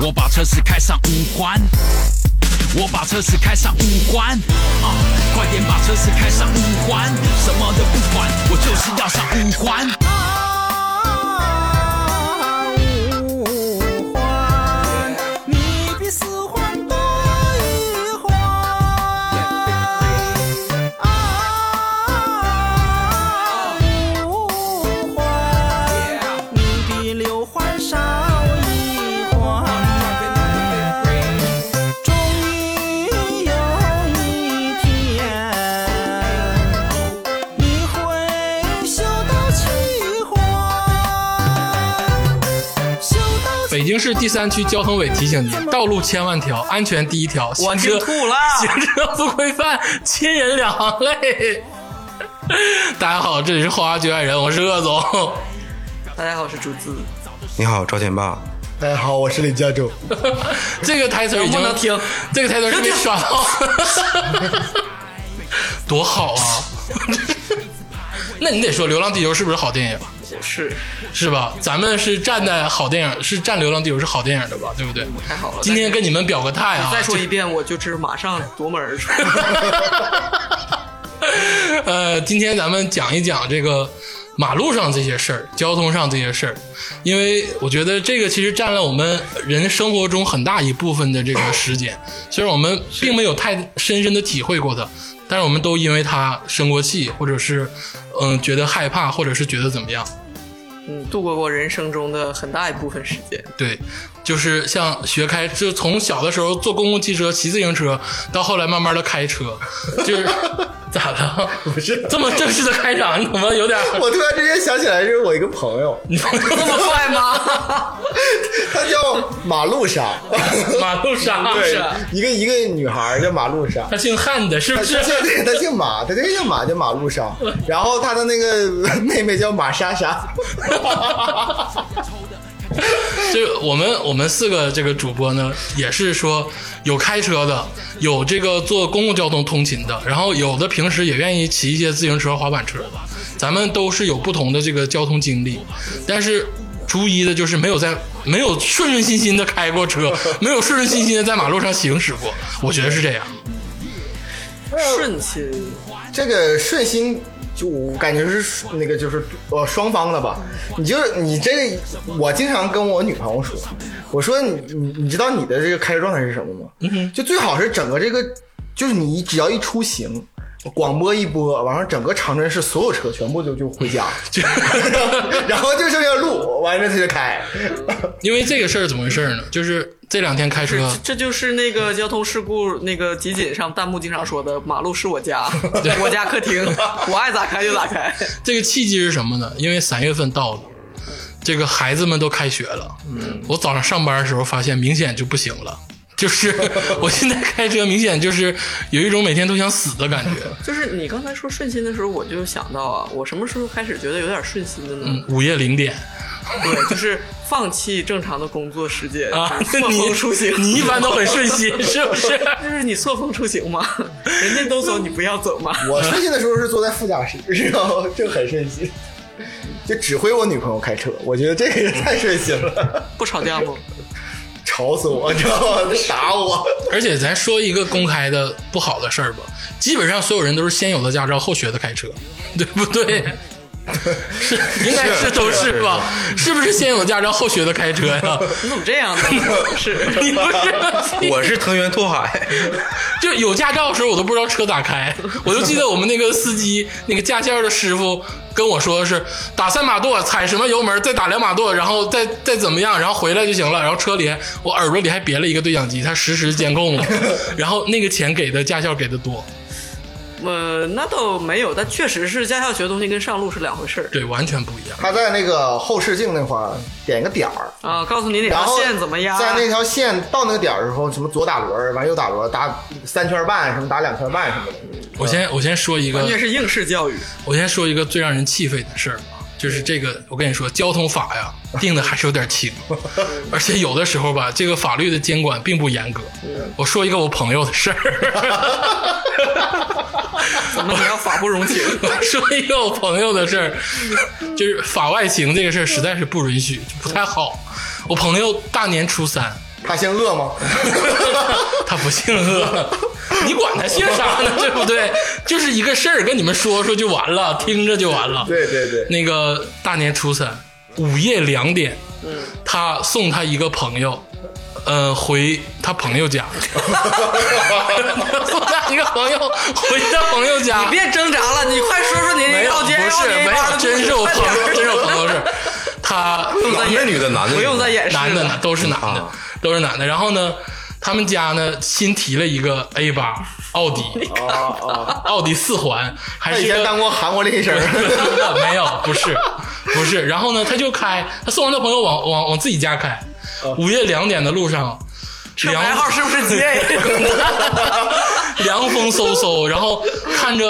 我把车子开上五环，我把车子开上五环，啊，快点把车子开上五环，什么都不管，我就是要上五环。啊，五环，你比四环多一环。啊，五环，你比六环少一环。终于有一天。你会修到七环，修到北京市第三区交通委提醒您：道路千万条，安全第一条。我行车听吐了行车不规范，亲人两行泪。 大家好，这里是花花局外人，我是鄂总。大家好，我是竹子，你好，赵天霸，大家好，我是李教主。这个台词儿已经能不能听？这个台词儿是被刷到， 多好啊！ 那你得说《流浪地球》是不是好电影？是是吧？咱们是站在好电影，是站《流浪地球》是好电影的吧？对不对？太好了。今天跟你们表个态啊！再说一遍，我就是马上夺门 而出。 呃，今天咱们讲一讲这个马路上这些事儿，交通上这些事儿，因为我觉得这个其实占了我们人生活中很大一部分的这个时间，虽然我们并没有太深深的体会过它，但是我们都因为它生过气，或者是嗯、觉得害怕，或者是觉得怎么样。嗯，度过过人生中的很大一部分时间。对，就是像学开，就从小的时候坐公共汽车、骑自行车，到后来慢慢的开车，就是 咋了？不是，这么正式的开场，你怎么有点？我突然之间想起来，是我一个朋友， 这么快吗？她叫马路莎，马路上，对，一个一个女孩叫马路莎。他姓汉的，是她不是她？姓 对，她姓马，她这个姓马叫马路莎，然后她的那个妹妹叫马莎莎，就我们我们四个这个主播呢，也是说有开车的，有这个坐公共交通通勤的，然后有的平时也愿意骑一些自行车、滑板车的。咱们都是有不同的这个交通经历，但是逐一的就是没有在没有顺顺心心的开过车，没有顺顺心心的在马路上行驶过。我觉得是这样，顺亲，这个顺心。就我感觉是那个就是呃双方的吧，你就是你这个，我经常跟我女朋友说，我说你你你知道你的这个开车状态是什么吗？就最好是整个这个，就是你只要一出行，广播一播，完了整个长春市所有车全部就就回家， 然后就剩下路，完了他就开，因为这个事儿怎么回事呢？就是这两天开车，这这就是那个交通事故那个集锦上弹幕经常说的“马路是我 家，我家客 厅，我爱咋开就咋开这个契机是什么呢？因为三月份到了，这个孩子们都开学了。嗯，我早上上班的时候发现明显就不行了，就是我现在开车明显就是有一种每天都想死的感觉。”。就是你刚才说顺心的时候，我就想到啊，我什么时候开始觉得有点顺心的呢？嗯，午夜零点 对，就是放弃正常的工作时间啊，错那你峰出行。你一般都很顺 心，是不是？就是你错峰出行嘛，人家都走，你不要走嘛。我顺心的时候是坐在副驾驶，然后就很顺心，就指挥我女朋友开车，我觉得这个也太顺心了。不吵架吗？吵死我，你知道吗？打我。而且咱说一个公开的不好的事儿吧，基本上所有人都是先有的驾照，后学的开车，对不对？ 是，应该是都是吧？是不是先有驾照后学的开车呀？ 你怎么这样呢？是，你不是 我是藤原拓海，就有驾照的时候，我都不知道车咋开。我就记得我们那个司机，那个驾校的师傅跟我说的是打三把舵，踩什么油门，再打两把舵，然后再再怎么样，然后回来就行了。然后车里我耳朵里还别了一个对讲机，他实时监控我。然后那个钱给的驾校给的多，呃，那倒没有，但确实是驾校学的东西跟上路是两回事儿对，完全不一样。他在那个后视镜那块儿点个点儿，啊。告诉你哪然条后线怎么啊压，在那条线到那个点儿的时候，什么左打轮儿，完右打轮儿，打三圈半，什么打两圈半什 么的。我先我先说一个完，全是应试教育。我先说一个最让人气愤的事儿啊，就是这个，我跟你说，交通法呀定的还是有点轻，而且有的时候吧，这个法律的监管并不严格。我说一个我朋友的事儿，怎么你要法不容情？我说一个我朋友的事儿，就是法外情这个事儿实在是不允许，就不太好。我朋友大年初三他姓鄂吗？ 他不姓鄂，你管他姓啥呢？对不对？就是一个事儿，跟你们说说就完了，听着就完了。嗯对对对那个大年初三午夜两点，嗯他送他一个朋友，呃，回他朋友 家，送他一个朋友回他朋友啊家。你别挣扎了，你快说说你没有，绕不街绕是街没有，真是我朋友，真是我朋友是，他 男的女的，男的不用再演。掩饰男的呢了，都是男的啊，都是男的。然后呢，他们家呢新提了一个 A 八奥迪，哦哦， 奥迪四环，还他是以一前个当过韩国练 习生。没有，不是，不是。然后呢，他就开，他送完他朋友往往往自己家开，午夜两点的路上，这凉牌号是不是 gay？凉风嗖嗖，然后看着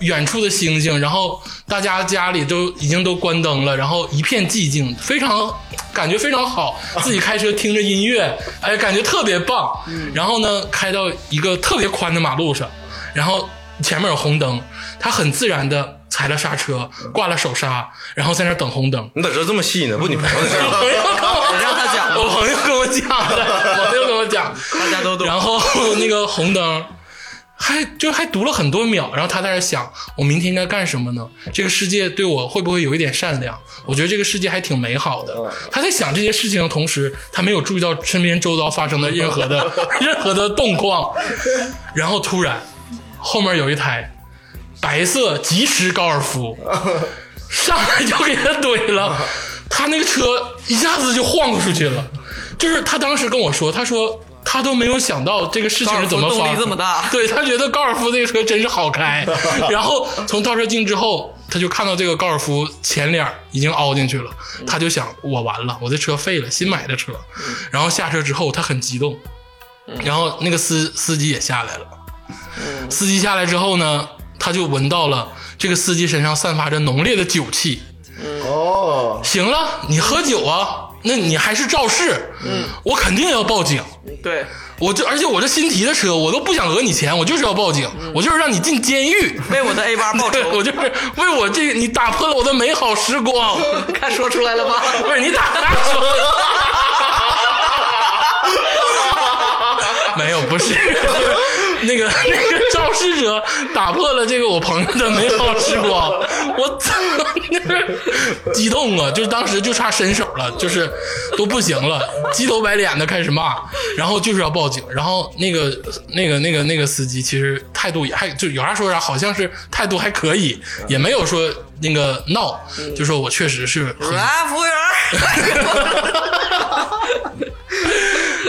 远处的星星，然后大家家里都已经都关灯了，然后一片寂静，非常感觉非常好。自己开车听着音乐，哎，感觉特别棒。然后呢，开到一个特别宽的马路上，然后前面有红灯，他很自然的踩了刹车，挂了手刹，然后在那儿等红灯。你咋知道这么细呢？问你朋友的事 儿。朋友跟 我让他讲吧我朋友跟我讲的，我朋友跟我讲，大家都懂。然后那个红灯，还就还读了很多秒，然后他在那想，我明天应该干什么呢？这个世界对我会不会有一点善良？我觉得这个世界还挺美好的。嗯他在想这些事情的同时，他没有注意到身边周遭发生的任何的 任何的动况，然后突然后面有一台白色疾驰高尔夫。 上来就给他怼了，他那个车一下子就晃出去了。就是他当时跟我说，他说他都没有想到这个事情是怎么高尔夫发动生力这么大对他觉得高尔夫这个车真是好 开。然后从倒车镜之后，他就看到这个高尔夫前脸已经凹进去了，他就想我完了，我这车废了，新买的车。嗯然后下车之后，他很激动，然后那个司司机也下来了。司机下来之后呢，他就闻到了这个司机身上散发着浓烈的酒气。哦，行了，你喝酒啊，那你还是肇事，嗯，我肯定要报警。对，我就而且我这新提的车，我都不想讹你钱，我就是要报警，我就是让你进监狱。为我的 A 八嗯报对，仇 我，就是为我这个你打破了我的美好时 光，看说出来了吧？不是你打啥车？没有，不是那个那个肇事者打破了这个我朋友的美好时光，我操，那激动啊！就是当时就差伸手了，就是都不行了，鸡头白脸的开始骂，然后就是要报警，然后那个那个那个那个司机其实态度也还就有啥说啥，好像是态度还可以，也没有说那个闹，就说我确实是很来，服务员，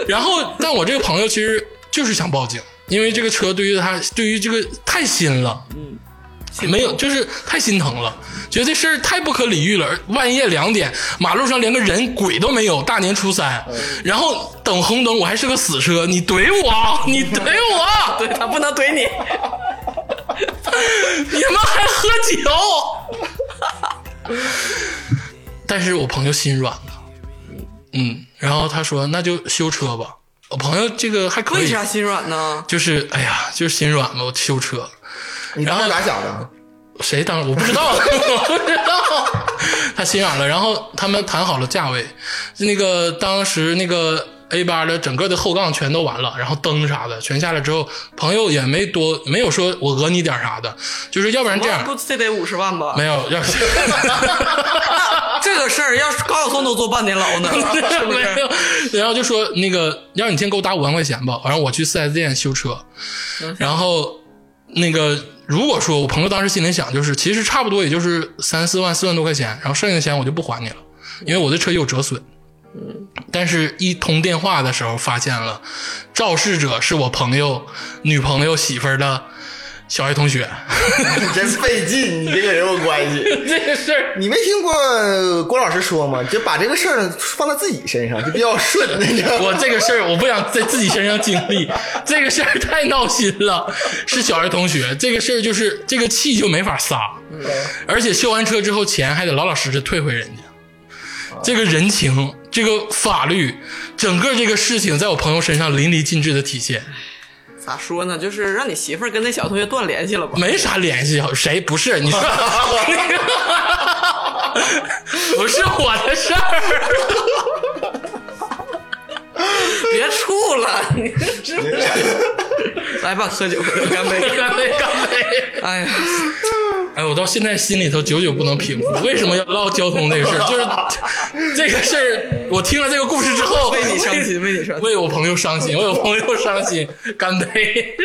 然后，但我这个朋友其实就是想报警，因为这个车对于他，对于这个太新了，嗯，没有，就是太心疼了，觉得这事儿太不可理喻了。而半夜两点，马路上连个人鬼都没有，大年初三，嗯然后等红灯，我还是个死车，你怼我，你怼我， 对他不能怼你，你们还喝酒？ 但是我朋友心软了，嗯，然后他说那就修车吧。我朋友这个还可为以，啥心软呢？就是哎呀，就是心软嘛，我修车，你当时咋想的？谁当我不知道， 我不知道，他心软了，然后他们谈好了价位，那个当时那个 A 八的整个的后杠全都完了，然后灯啥的全下来之后，朋友也没多没有说我讹你点啥的，就是要不然这啊不样这得五十万吧？没有， 要是。这个事儿要是高晓松都坐半年牢呢， 是不没是？有，然后就说那个，让你先给我打五万块钱吧，然后我去四 S 店修车。然后那个，如果说我朋友当时心里想，就是其实差不多也就是三四万、四万多块钱，然后剩下的钱我就不还你了，因为我的车有折损。但是，一通电话的时候发现了，肇事者是我朋友女朋友媳妇儿的小爱同学。你真费劲，你这个人有关系。 这个事儿，你没听过呃郭老师说吗？就把这个事儿放到自己身上就比较顺，你知道 吗？我这个事儿我不想在自己身上经历，这个事儿太闹心了。是小学同学，这个事儿就是这个气就没法撒，而且修完车之后钱还得老老实实退回人家。这个人情，这个法律，整个这个事情在我朋友身上淋漓尽致的体现， 咋说呢？就是让你媳妇儿跟那小同学断联系了吧？没啥联系，啊谁不是？你说那个不是我的事儿。别处 了，你是不是？ 来吧，喝酒，喝酒， 干杯，干杯，干杯！哎呀，哎，我到现在心里头久久不能平复，为什么要唠交通这个事儿？就是这个事儿，我听了这个故事之后，为你伤心，为你伤心。为我朋友伤心，为我朋友伤心，干杯！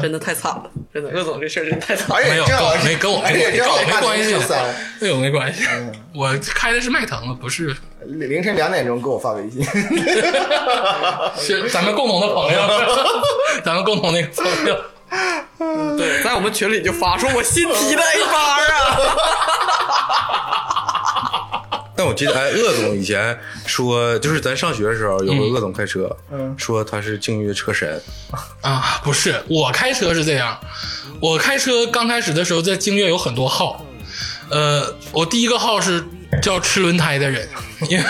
真的太惨了，真的，鄂总哎这事儿哎真的太惨了。而且没有，正好是没跟我而没且跟正好我没看关系凌晨三，对我没关系。嗯我开的是迈腾，不是凌晨两点钟给我发 微信，是咱们共同的朋友， 咱们共同那个朋友。对，在我们群里就发说，我新提的 A 八啊，。但我记得，哎，鄂总以前说，就是咱上学的时候，有个鄂总开车，说他是静月车神，啊，不是，我开车是这样，我开车刚开始的时候在京悦有很多号，呃，我第一个号是叫吃轮胎的人，因为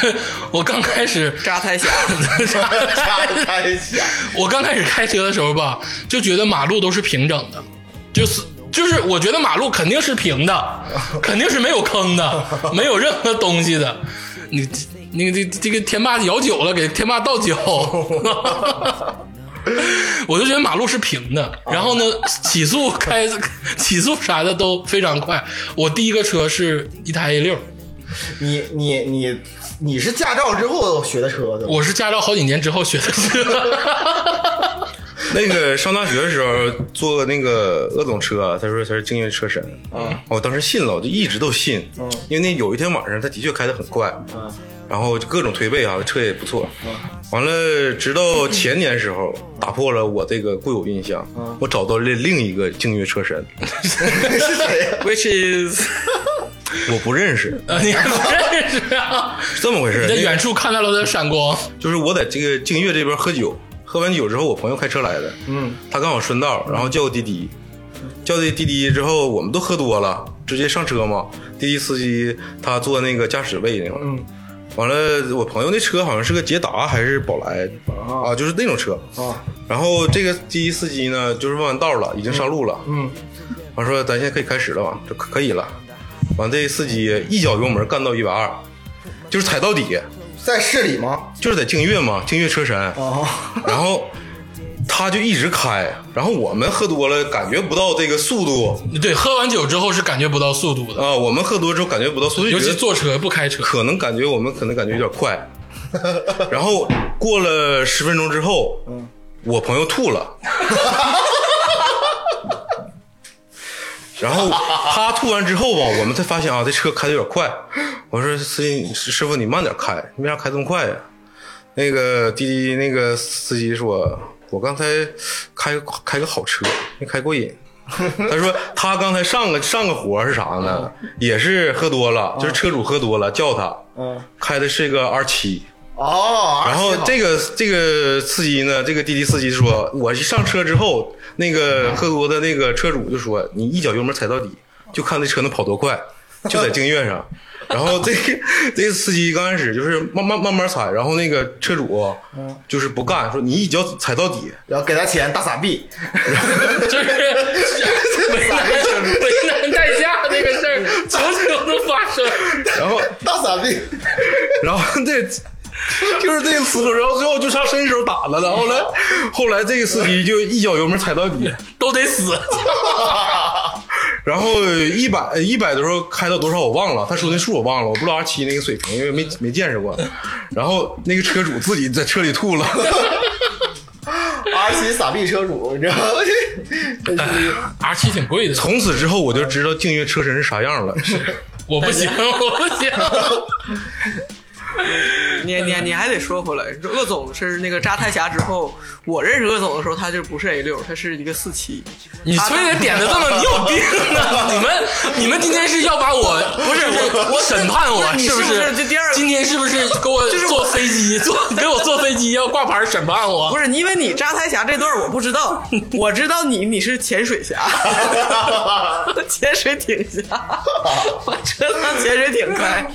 我刚开始 扎胎侠，太想我刚开始开车的时候吧，就觉得马路都是平整的，就是就是我觉得马路肯定是平的，肯定是没有坑的，没有任何东西的。你那个这这个天霸摇酒了，给天霸倒酒。 我就觉得马路是平的，然后呢，起速开起速啥的都非常快。我第一个车是一台 A 六， 你你你你是驾照之后学的车的吗？我是驾照好几年之后学的车。那个上大学的时候坐那个鄂总车，啊他说他是静月车神，嗯啊，我当时信了，我就一直都信，因为那有一天晚上他的确开得很快，嗯然后就各种推背啊，车也不错，完了直到前年时候打破了我这个固有印象，我找到了另一个静月车神，嗯 是谁 呀？ ，which is 我不认识，呃你还不认识啊？是这么回事你在，那远个处看到了他的闪光，就是我在这个静月这边喝酒，喝完酒之后我朋友开车来的，嗯，他刚好顺道，然后叫个滴滴。叫的滴滴之后，我们都喝多了，直接上车嘛。滴滴司机他坐那个驾驶位那块儿，嗯，完了，我朋友那车好像是个捷达还是宝来啊，就是那种车啊。然后这个滴滴司机呢，就是问完道了，已经上路了，嗯，完说咱现在可以开始了吧，这可以了。完这司机一脚油门干到一百二，就是踩到底，在市里吗？就是在静月嘛，静月车神，啊，然后。他就一直开，然后我们喝多了，感觉不到这个速度，对，喝完酒之后是感觉不到速度的，啊，我们喝多之后感觉不到速度，尤就其觉得坐车不开车。可能感觉我们可能感觉有点快，然后过了十分钟之后，我朋友吐了，然后他吐完之后吧，我们才发现啊，这车开的有点快。我说司机师傅，你慢点开，你为啥开这么快呀、那个滴滴那个司机说，我刚才开开个好车，没开过瘾。他说他刚才上个上个活是啥呢？也是喝多了，就是车主喝多了叫他，嗯，开的是个 R 七。哦，然后啊这个这个司机呢，这个滴滴司机说，我一上车之后，那个喝多的那个车主就说，你一脚油门踩到底，就看那车能跑多快，就在静院上。然后这个这个司机刚开始就是慢慢慢慢踩，然后那个车主就是不干，说你一脚踩到底，然后给他钱大 撒币，就是为难为难代驾这个事儿，久久的发生。然后大撒 币，然后这就是这个思路，然后最后就上伸手打了的。后来后来这个司机就一脚油门踩到底，都得死，然后一百一百的时候开到多少我忘了，他说那数我忘了，我不知道 R 七那个水平，因为没没见识过。然后那个车主自己在车里吐了， 而且撒币车主，你知道吗？ ！R 七挺贵的，从此之后我就知道静月车神是啥样了。我不行， 我不行。你你你还得说回来，鄂总是那个扎胎侠之后，我认识鄂总的时候，他就不是 A 六，他是一个四七，你非得点的这么，你有病啊！你们你们今天是要把我不是我我审判我不是你是不是不是这第二个今天是不是给我就是我坐 飞机坐给我坐飞机要挂牌审判我？不是因为你扎胎侠这段我不 知道，我知道你你是潜水侠， 潜水艇侠，我知道潜水艇开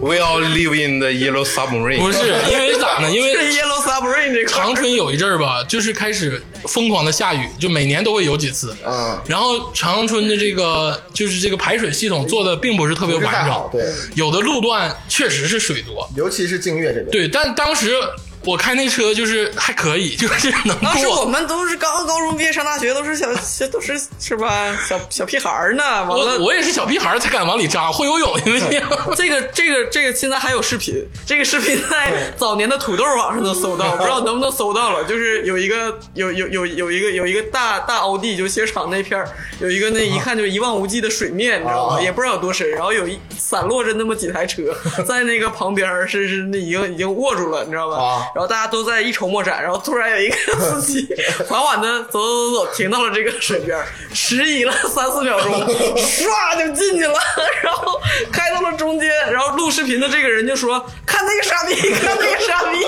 We all live in the yellow 不 submarine。是因为咋呢？因这为 Yellow Submarine 这块儿长春有一阵儿吧，就是开始疯狂的下雨，就每年都会有几次。嗯，然后长春的这个就是这个排水系统做的并不是特别不是太完好整，对有的路段确实是水多，尤其是静月这边，对，但当时我开那车就是还可以，就是能当时我过。们都是刚高中毕业上大学，都是小小都是是吧？小小屁孩儿呢，完我了。我也是小屁孩儿才敢往里扎，会游泳，因为 这个这个这个现在还有视频，这个视频在早年的土豆网上能搜到，我不知道能不能搜到了。就是有一个有有有有一个有一个大大凹地，就鞋厂那片儿有一个那一看就是一望无际的水面，你知道吗？也不知道有多深，然后有一散落着那么几台车在那个旁边儿，是是那已经已经握住了，你知道吧？啊然后大家都在一筹莫展，然后突然有一个司机缓缓的走走走走，停到了这个水边儿，迟疑了三四秒钟，唰就进去了，然后开到了中间，然后录视频的这个人就说：“看那个傻逼，看那个傻逼。”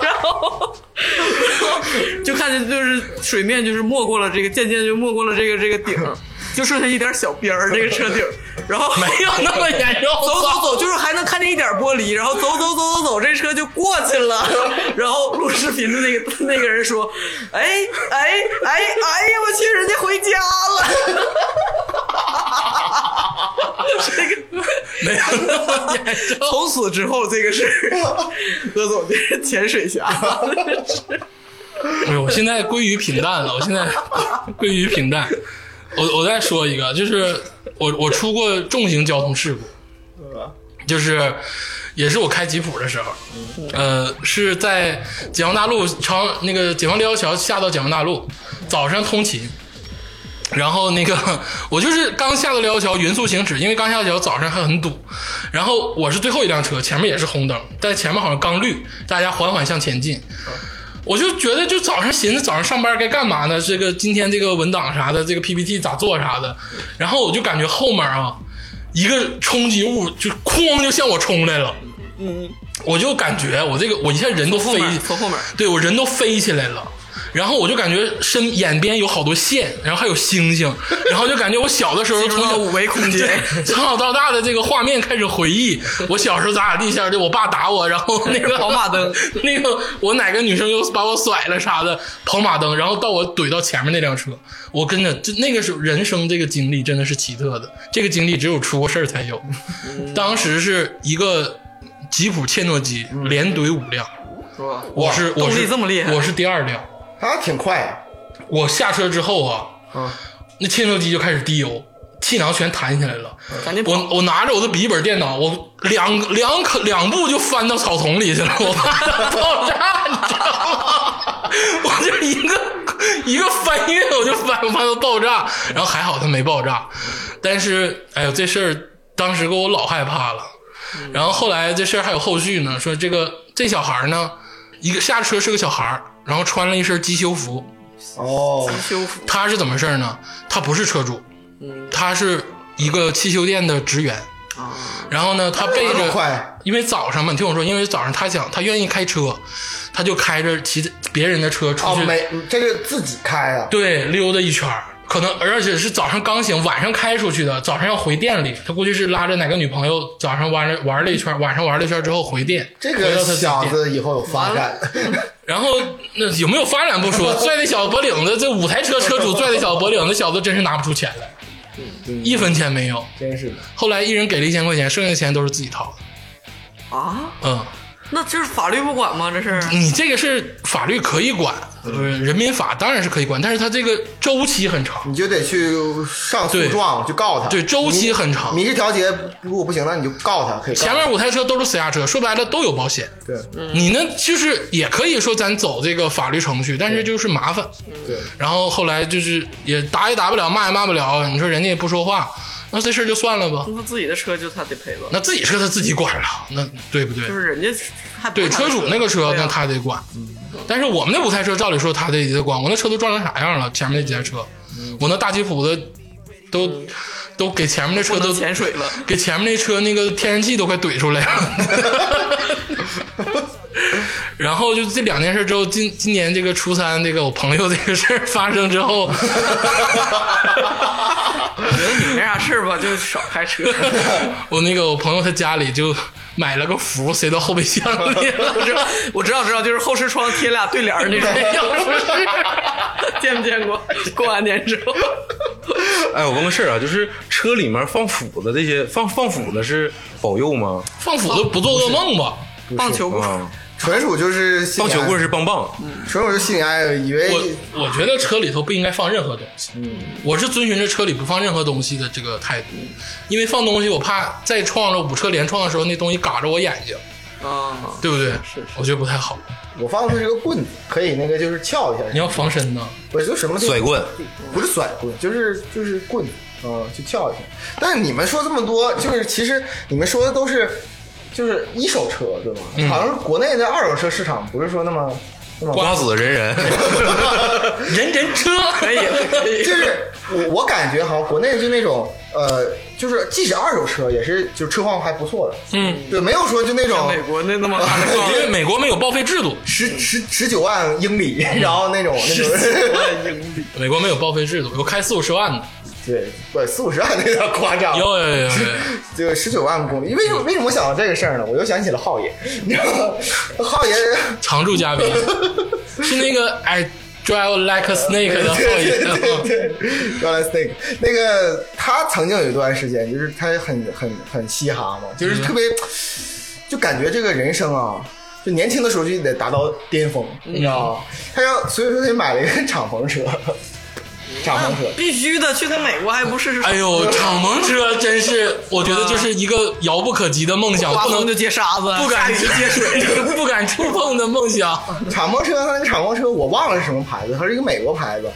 然后，然后就看见就是水面就是没过了这个，渐渐就没过了这个这个顶儿。就剩下一点小边儿，这个车顶儿，然后没有那么严重走走走，就是还能看见一点玻璃，然后走走走走走，这车就过去了。 然后录视频的那个那个人说：“哎哎哎哎呀，我去，人家回家了。 没有那么严”重。 从此之后，这个是 鄂总就是潜水侠， 没有，哎我现在归于平淡了，我现在 归于平淡。我我再说一个，就是我我出过重型交通事故，就是也是我开吉普的时候，呃，是在解放大路朝那个解放立交桥下到解放大路，早上通勤。然后那个，我就是刚下到立交桥匀速行驶，因为刚下到桥早上还很堵。然后我是最后一辆车，前面也是红灯，但前面好像刚绿，大家缓缓向前进。我就觉得，就早上寻思早上上班该干嘛呢？这个今天这个文档啥的，这个 PPT 咋做啥的，然后我就感觉后面啊，一个冲击物就哐就向我冲来了，嗯，我就感觉我这个我一下人都飞面从后面对我人都飞起来了。然后我就感觉身眼边有好多线，然后还有星 星，然后就感觉我小的时候进入从到小五维空间对从小到大的这个画面开始回忆，我小时候咋咋地下，就我爸打我，然后那个 跑马灯， 那个我哪个女生又把我甩了啥的，跑马灯，然后到我怼到前面那辆车，我跟着，就那个是人生这个经历真的是奇特的，这个经历只有出过事儿才有。当时是一个吉普切诺基连怼五辆，嗯是吧？我是动我力是这么厉害我是第二辆，他挺快呀，我下车之后啊，嗯那切诺基就开始滴油，气囊全弹起来了。赶紧跑！我我拿着我的笔记本电脑，我两两可两步就翻到草丛里去了，我怕它爆炸，你知道吗？我就一个一个翻越，我就翻翻到爆炸，然后还好它没爆炸，但是哎呦这事儿当时给我老害怕了。然后后来这事儿还有后续呢，说这个这小孩儿呢，一个下车是个小孩儿，然后穿了一身机修服，哦，修复他是怎么事儿呢？他不是车主，他是一个汽修店的职员。然后呢，他背这么着，快，因为早上嘛，你听我说，因为早上他想他愿意开车，他就开着骑别人的车出哦，去，没，这是自己开啊，对，溜达一圈儿可能而且是早上刚醒，晚上开出去的，早上要回店里，他估计是拉着哪个女朋友，早上玩了玩了一圈儿，晚上玩了一圈儿之后回店，这回到个他自己小店子以后有发展， 然后那有没有发展不说，拽那小脖领子，这五台车 车主拽那小脖领子，小子真是拿不出钱来，一分钱没有。真是的。后来一人给了一千块钱，剩下的钱都是自己掏的。啊，嗯，那这是法律不管吗？这是你这个是法律可以管，不嗯是人民法当然是可以管，但是它这个周期很长，你就得去上诉状去告他。对周期很长民民事调解如果不行，那你就告他，可以告他。前面五台车都是私家车，说白了都有保险。嗯对你呢，就是也可以说咱走这个法律程序，但是就是麻烦。对，然后后来就是也打也打不了，骂也骂不了，你说人家也不说话，那这事儿就算了吧。那自己的车就他得赔吧？那自己车他自己管了，啊那对不对就？是人家还不对，是他车的主那个车对那啊他得管，但是我们那五台车照理说他得得管，我那车都撞成啥样了？前面那几台车，嗯我那大吉普的都都给前面那车不都能潜水了。给前面那车那个天然气都快怼出来了。 然后就这两件事之后，今今年这个初三，这个我朋友这个事儿发生之 后，我觉得你没啥事儿吧，就少开车。我那个我朋友他家里就买了个符，塞到后备箱里了，是吧？我知道，知道，就是后视窗贴俩对联儿那种，要不是见没见过？过完年之后，哎，我问个事儿啊，就是车里面放斧子这些，放放斧子是保佑吗？放斧子不做噩梦吧？棒球不啊，纯属就是心棒里球棍爱是棒棒，嗯纯属是心里爱，以为我我觉得车里头不应该放任何东西，嗯我是遵循着车里不放任何东西的这个态度，因为放东西我怕再撞着五车连撞的时候那东西嘎着我眼睛，啊，对不对？我觉得不太好，我放的是个棍子，可以那个就是撬一下，你要防身呢。我就什么地方甩棍，不是甩棍，就是就是棍，嗯，就撬一下。但是你们说这么多，就是其实你们说的都是就是一手车，对吗？嗯好像是国内的二手车市场不是说那么那么瓜子人人， 人人车， 可以了，可以就了。是我我感觉好像国内就那种呃，就是即使二手车也是就是车况还不错的，嗯，对，没有说就那种美国那那啊 么大的因为美国没有报废制度，十十十九万英里，嗯然后那种那种 美国没有报废制度，有开四五十万的，啊对，不四五十万那有点夸张，有有有有，就十九万公里。为什么为什么我想到这个事儿呢？我又想起了浩爷，你知道吗？浩爷，常驻嘉宾 是那个 I drive like a snake 的后 对对裔，对，原来 Snake 那个他曾经有一段时间，就是他很很很嘻哈嘛，就是特别，就感觉这个人生啊。就年轻的时候就得达到巅峰，你知道吗？他要所以说他买了一个 敞篷车，敞篷车，必须的，去趟美国还不试试？哎 呦，敞篷车真是，我觉得就是一个遥不可及的梦 想，刮不能风就接沙子，不 下敢雨就接水。， 不敢触碰的梦想。敞篷车，它那个敞篷车我忘了是什么牌子，它是一个美国牌子，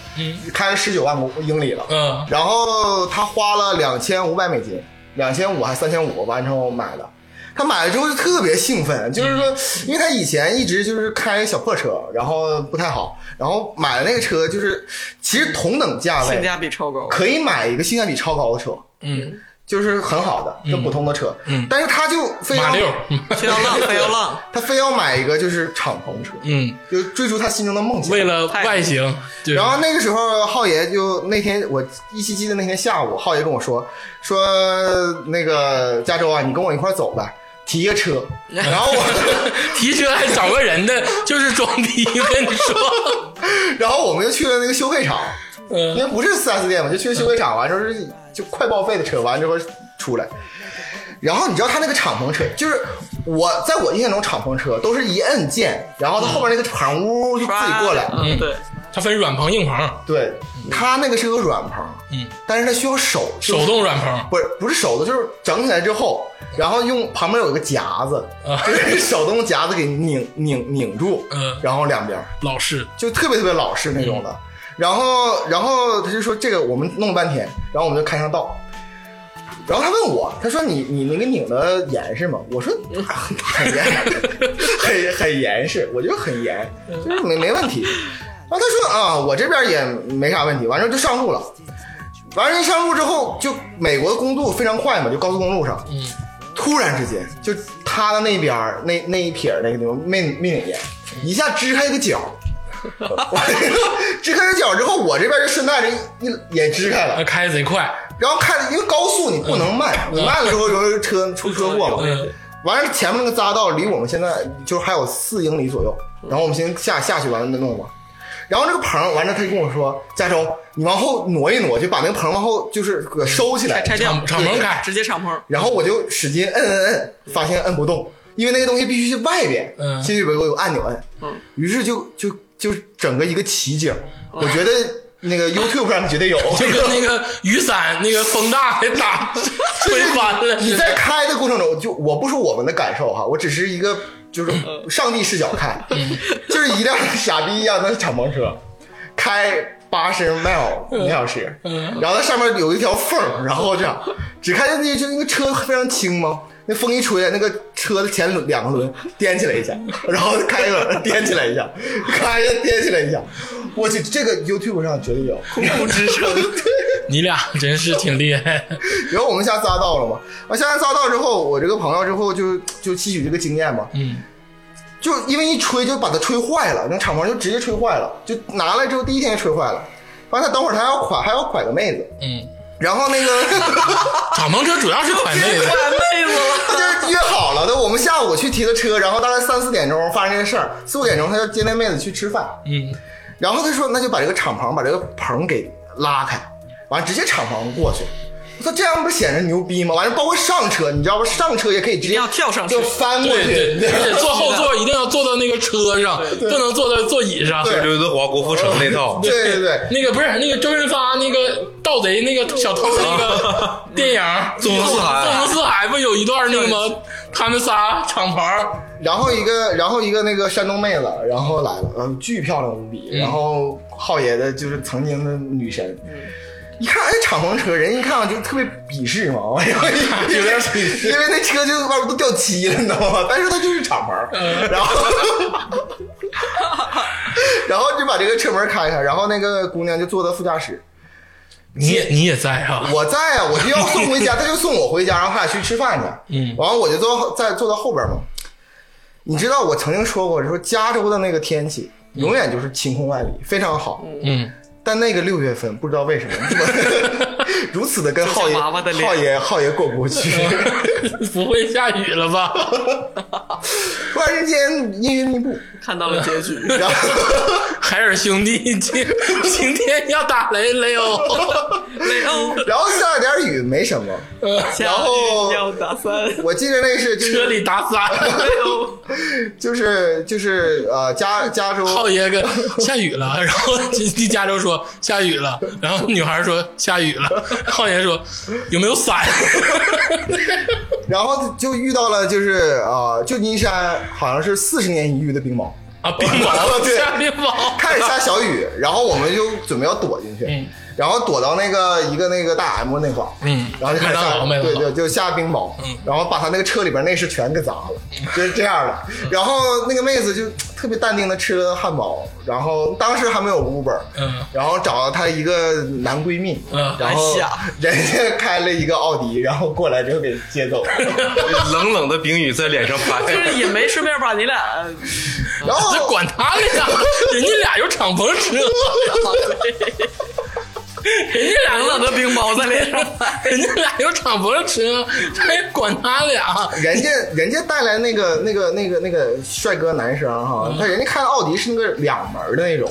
开了十九万公英里了，嗯然后他花了两千五百美金，两千五还三千五，完之后买的。他买了之后就特别兴奋，就是嗯说，因为他以前一直就是开小破车，然后不太好，然后买了那个车，就是其实同等价性位价比超高，可以买一个性价比超高的车，嗯，就是很好的，就普通的车，嗯但是他就非要马六，非要浪，非要浪，他非要买一个就是敞篷车，嗯，就追逐他心中的梦想。为了外形，就是 然后那个时候，浩爷就那天我依稀记得那天下午，浩爷跟我说说那个加州啊，你跟我一块儿走呗，提个车。 然后我， 提车还找个人的，就是装逼。我跟你 说，然后我们就去了那个修配厂，因嗯为不是四 S 店嘛，就去了修配厂。完之后是就快报废的车，完之后出来。然后你知道他那个敞篷车，就是我在我印象中敞篷车都是一摁键，然后它后边那个敞呜 就自己过来。嗯，对，它分软棚硬棚，对，他那个是个软棚，嗯，但是它需要手就是手动软棚，不是不是手的，就是整起来之后，然后用旁边有一个夹子，啊就是手动夹子给拧拧拧住，嗯然后两边儿老式，就特别特别老式那种的。然后然后他就说这个我们弄了半天，然后我们就看向道。然后他问我，他说你你那个拧的严实吗？我说很很严，很很严实，我觉得很严，就是没没问题。然后他说啊，我这边也没啥问题，完事儿就上路了。完事儿一上路之后，就美国的公路非常快嘛，就高速公路上，嗯，突然之间就他的那边儿那那一撇儿那个地方没没拧严，一下支开一个角。 我 支开了角之后，我这边就顺带着一一也支开了那，开贼快，然后看，因为高速你不能慢，你慢了之后容易车出车祸嘛嗯。完了，前面那个匝道离我们现在就是还有四英里左右，嗯然后我们先下下去完了再弄吧。然后这个棚，完了他就跟我说：“加州，你往后挪一挪，就把那个棚往后就是给收起来。拆”掉敞敞篷开，直接敞篷，然后我就使劲摁摁摁，发现摁不动，因为那个东西必须是外边，嗯心里边有按钮摁。嗯于是就就就整个一个奇景，我觉得那个 YouTube 上绝对有。嗯 就 跟那个雨伞那个风大给打 吹翻了你似在的。开的过程中，就我不说我们的感受哈，我只是一个就是上帝视角看，就是一辆傻逼一样的敞篷车，开八十 mile 每小时，然后它上面有一条缝儿，然后这样只看见那就那个车非常轻嘛。那风一吹，那个车的前轮两个轮颠起来一下，然后开一个颠起来一下，开一个颠起来一下，我去，这个 YouTube 上绝对有。不吱声，你俩真是挺厉害，然后我们下匝道了嘛，啊，下完匝道之后，我这个朋友之后就就吸取这个经验嘛，嗯，就因为一吹就把它吹坏了，那敞篷就直接吹坏了，就拿来之后第一天就吹坏了，完了他等会儿他还要拐还要拐个妹子，嗯，然后那个敞篷车主要是款 内的，太妹子了。他就是约好了的，我们下午去提的车，然后大概三四点钟发生这个事儿，四五点钟他就接那妹子去吃饭，嗯，然后他说那就把这个敞篷把这个棚给拉开，完了直接敞篷过去。那这样不是显着牛逼吗？完了，包括上车，你知道不？上车也可以直一接定要跳上去就翻过去。对对，而且坐后座一定要坐到那个车上，不能坐在座椅上。对刘德华、郭富城那套，对对对那个不是那个周润发那个盗贼那个小偷那个电影《纵横四海纵横四海不有一段那个吗？他们仨厂牌儿然后一个，然后一个那个山东妹子，然后来了，嗯，巨漂亮无比。然后浩爷的就是曾经的女神，一看哎，敞篷车，人一看就特别鄙视嘛， 然后因为因为那车就外边都掉漆了，你知道吗？但是它就是敞篷，然后 然后就把这个车门开开，然后那个姑娘就坐到副驾驶，你也你也在哈、 我在啊，我就要送回家，他就送我回家，然后他俩去吃饭去。嗯完了我就坐在坐到后边嘛。你知道我曾经说过，说加州的那个天气嗯永远就是晴空万里，非常好。嗯，但那个六月份不知道为什么， 如此的跟浩爷就像娃娃的脸浩爷浩爷过不去。 不会下雨了吧？突然之间阴云密布，看到了结局。然后 海尔兄弟今今天要打雷雷欧，雷欧，然后下了点雨没什么。然后要打三，我记得那是就车是里打伞。雷欧，就是就是呃加加州浩爷跟下雨了，然后地加州说下雨了，然后女孩说下雨了，浩爷说有没有伞？然后就遇到了，就是啊、呃旧金山好像是四十年一遇的冰 雹，啊，冰雹哦对下冰雹，开始下小雨，然后我们就准备要躲进去，嗯然后躲到那个一个那个大 M 那块儿，嗯然后就开始麦当下劳，麦当劳对对，就下冰雹，嗯然后把他那个车里边内饰全给砸了，就是这样的。嗯然后那个妹子就特别淡定的吃了汉堡，然后当时还没有 Uber，嗯然后找了她一个男闺蜜，嗯然后哎呀人家开了一个奥迪，然后过来之后给接走了。 冷冷的冰雨在脸上拍。就是也没顺便把你俩，然后这管他呢呀，人家俩有敞篷车，人家冷俩冷的冰雹在脸上拍。人家俩有敞篷车，他也管他俩。人家人家带来那个那个那个那个帅哥男生哈，他人家看奥迪是那个两门的那种，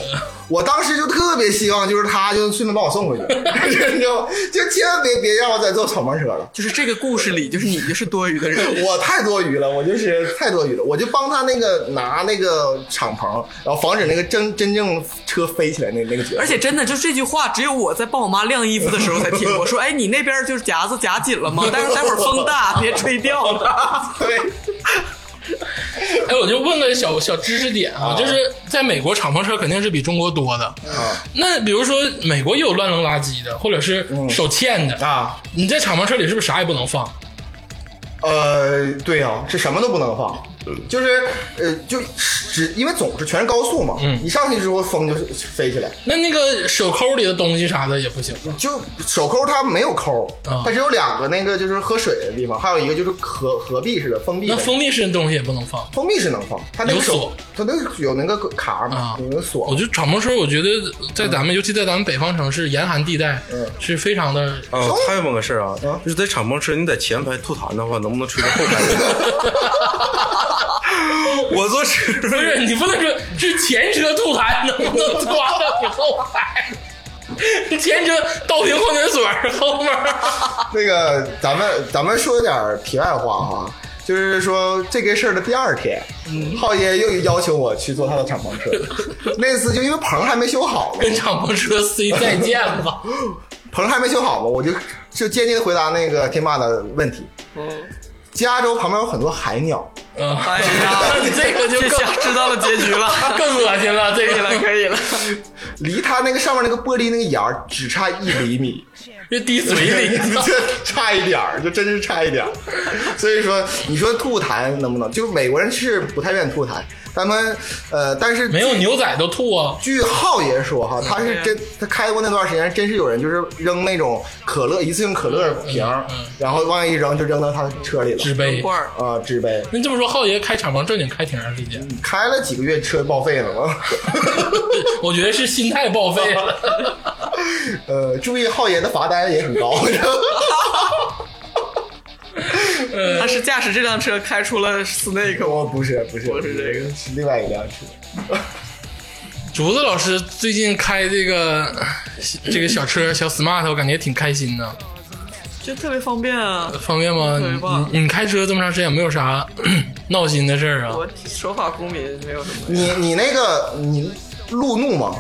我当时就特别希望就是他就顺便把我送回去， 你知道吗？就千万别别让我再坐敞篷车了，就是这个故事里，就是你就是多余的人，我太多余了，我就是太多余了，我就帮他那个拿那个敞篷，然后防止那个真真正车飞起来那那个角色而且真的就这句话，只有我在帮我妈晾衣服的时候才听过。说，哎，你那边就是夹子夹紧了吗？但是待会儿风大，别吹掉了。对，哎，我就问个小小知识点啊，就是在美国敞篷车肯定是比中国多的。啊那比如说美国也有乱扔垃圾的，或者是手欠的，嗯啊，你在敞篷车里是不是啥也不能放？呃，对呀、是什么都不能放，就是呃，就只因为总是全是高速嘛，嗯一上去之后风就飞起来，那那个手抠里的东西啥的也不行吗？就手抠它没有抠，啊它只有两个那个就是喝水的地方，还有一个就是合合闭式的封闭那的。封闭式的东西也不能放。封闭式能放，它那个有手锁，它那个有那个卡嘛啊，有那个锁我。觉得敞篷车，我觉得在咱们，尤其在咱们北方城市严寒地带，是非常的啊，我还有问个事儿啊，就是在敞篷车，你在前排吐痰的话，能不能吹到后 排？我坐车，不是你不能说是前车吐痰，能不能抓到你后排？前车倒瓶矿泉水儿，后面儿 那个咱们咱们说点儿题外话哈，就是说这个事儿的第二天，嗯浩爷又要求我去坐他的敞篷 车，那次就因为棚还没修好嘛，跟敞篷车 say 再见吧。棚还没修好嘛，我就就坚定的回答那个天霸的问题。加州旁边有很多海鸟，嗯，哎 呀，你这个就这更下知道了结局了， 更恶心了，这可以个了，可 以了。离他那个上面那个玻璃那个眼儿只差一厘米，就滴嘴 里。这差一点儿，就真是差一点儿。所以说，你说吐痰能不能？就是美国人是不太愿意吐痰，他们呃，但是没有牛仔都吐啊，据浩爷说哈，他是真他开过那段时间，真是有人就是扔那种可乐一次性可乐瓶儿，然后往一扔就扔到他车里嗯纸了。杯。罐儿，啊，纸杯那这么说，浩爷开敞篷正经开挺长时间，开了几个月，车报废 了吗？ 我觉得是心态报废了。呃，注意浩爷的罚单也很高。 他是驾驶这辆车开出了 Snake 我哦不是不是不是这个是另外一辆车。竹子老师最近开这个这个小车小 smart，我感觉挺开心的。就特别方便啊。方便吗？特别棒你你你开车这么长时间也没有啥 闹心的事儿啊？我守法公民没有什么，你你那个你路怒吗？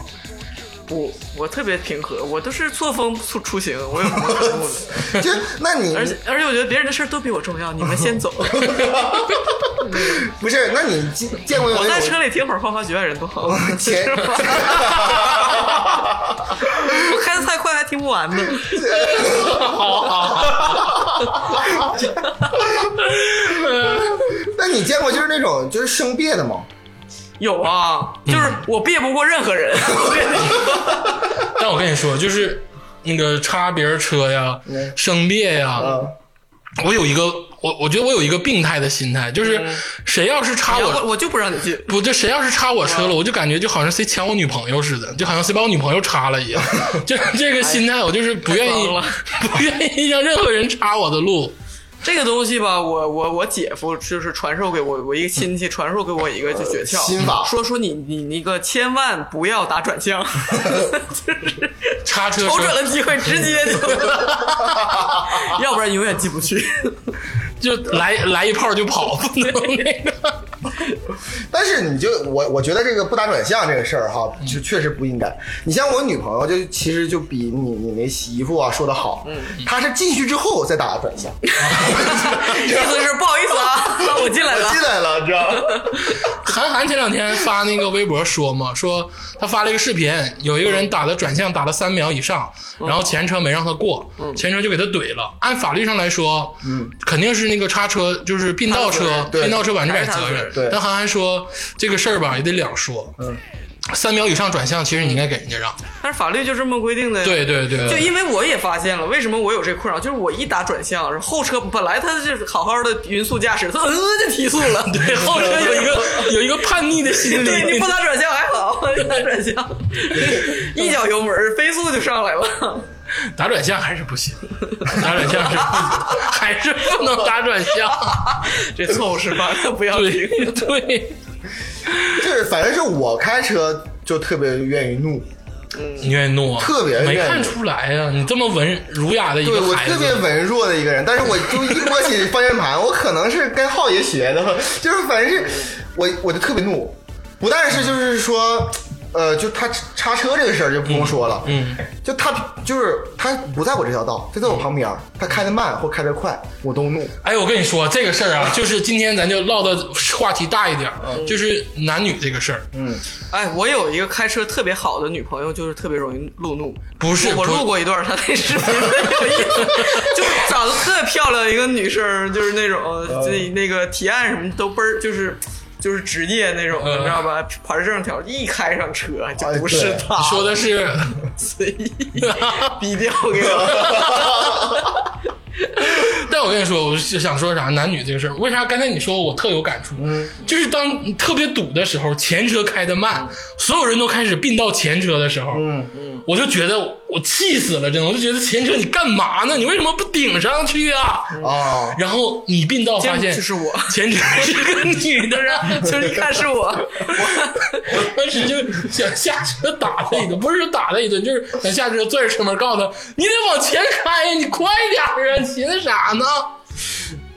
我我特别平和，我都是错峰出出行，我有什么可 怒的？就那你而且而且我觉得别人的事儿都比我重要，你们先 走， 不是？那你见见过我有在车里听会儿《花花局外人》多 好，前是吧我 开的太快，还听不完呢。 那你见过就是那种就是生别的吗？ 有啊，就是我别不过任何人， 我跟你说 但我跟你说，就是那个插别人车呀、嗯生别呀，嗯，我有一个，我我觉得我有一个病态的心态，就是谁要是插啊我我，我就不让你进。不就谁要是插我啊车了，我就感觉就好像谁抢我女朋友似的，就好像谁把我女朋友插了一 样。就这个心态，我就是不愿意哎太棒了， 不愿意让任何人插我的路。这个东西吧，我我我姐夫就是传授给我，我一个亲戚传授给我一个就诀窍，心法说说你你那个千万不要打转 向，就是插车瞅准车了机会直接就， 要不然永远进不 去。就来来一炮就跑，不能那个。但是你就我我觉得这个不打转向这个事儿哈，嗯就确实不应该。你像我女朋友就其实就比你你那媳妇啊说的好，嗯她是进去之后再打转向，意思是不好意思 啊，我 进来我了进。来了，你知道吗？韩寒前两天发那个微博说嘛，说他发了一个视频，有一个人打的转向打了三秒以上，嗯然后前车没让他过，前车就给他怼了。按法律上来说，肯定是那个叉车就是并道车嗯他的责任，对并道车百分之百还是他的责任责任。对但韩寒说这个事儿吧也得两说，嗯三秒以上转向其实你应该给人家让，但是法律就这么规定的。对。对对，就因为我也发现了，为什么我有这困扰？就是我一打转向，然后后车本来他是好好的匀速驾驶，他呃就提速了， 对，后后车车有有一一个。个有一个叛逆的心理，对，你不打转向还好，不打转 向，一脚油门飞速就上来了。打转向还是不行，打转向是不行 还是不能打转 向，这错误示范不要听对。对。就是反正是我开车就特别愿意怒，你愿意怒啊？特别愿没意看出来呀、你这么文儒雅的一对个我孩特别子，文弱的一个人，但是我就一摸起方向盘，我可能是跟浩爷学的，就是反正是我我就特别怒，不但是就是说，呃，就他插车这个事儿就不用说了，嗯就他就是他不在我这条道，就在我旁边，他开的慢或开的快，我都怒。哎，我跟你说这个事儿 啊，就是今天咱就唠的话题大一点儿，啊就是男女这个事儿。哎，我有一个开车特别好的女朋友，就是特别容易路怒。不是不我是录过一段她那视频，很有意思，就是长得特漂亮一个女生，就是 那种这嗯那个提案什么都倍儿就是。就是职业那种，嗯你知道吧？牌儿证条一开上车就不哎是对她，说的是，随 意低调给我。 但我跟你说，我是想说啥男女这个事儿，为啥刚才你说我特有感触？就是当你特别堵的时候，前车开的慢，所有人都开始并到前车的时候，嗯嗯，我就觉得我气死了，真的，我就觉得前车你干嘛呢？你为什么不顶上去啊？啊，然后你并道发现这就是我前车是个女的，然 后就是一看是我， 我当时就想下车打他一顿，不是说打他一顿，就是想下车拽着车门告诉他，你得往前开呀，你快点儿啊，你寻思啥呢？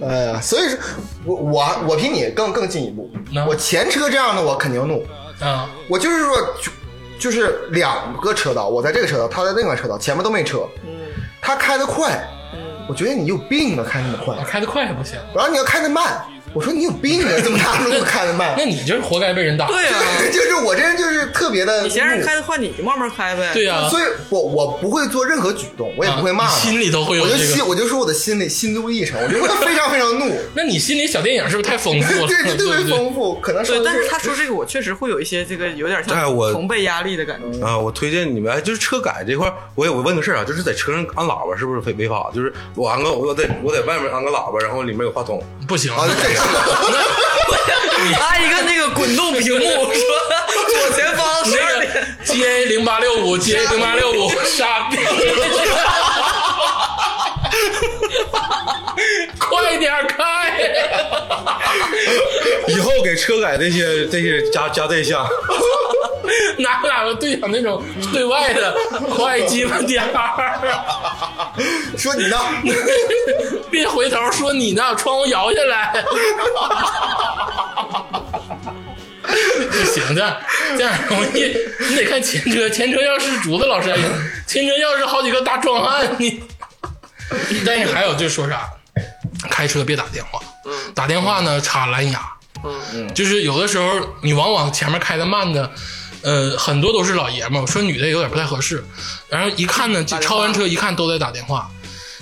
哎呀，所以说我我我比你更更进一步那，我前车这样的我肯定怒，啊，我就是说，就就是两个车道，我在这个车道，他在另外车道，前面都没车。他开的快，我觉得你有病啊，开那么快。开得快还不行，然后你要开的慢，我说你有病啊，这么大路开的慢那。你就是活该被人打。对啊，就是我这人就是特别的怒，你嫌人开的快，你慢慢开呗。对呀、所以我我不会做任何举动，我也不会骂啊他，你心里头会有我就这个心我就说我的心里心路历程，我就会非常非常怒，那你心里小电影是不是太丰富了？对对对特别不丰富，可能说对，的但是是他说这个，我确实会有一些这个有点哎像我同辈压力的感觉。啊，我推荐你们，哎，就是车改这块儿，我也我问个事儿啊，就是在车上按喇叭是不是违违法？啊就是我按个我在我在外面按个喇叭，然后里面有话筒，不行，啊，这是哎他 一个那个滚动屏幕说 左前方十二那点，个 G A 零八六五 G A 零八六五傻逼，快点儿开！以后给车改这些这些加加这项，拿喇叭对响那种对外的，快鸡巴点儿！说你呢？别回头说你呢，窗户摇下来。不行，这样这样容易，你得看前车，前车要是竹子老师还行，前车要是好几个大壮汉，你。但是还有就是说啥，开车别打电话，打电话呢插蓝牙，嗯，就是有的时候你往往前面开的慢的。呃，很多都是老爷们儿，说女的有点不太合适，然后一看呢，超完车一看都在打电话，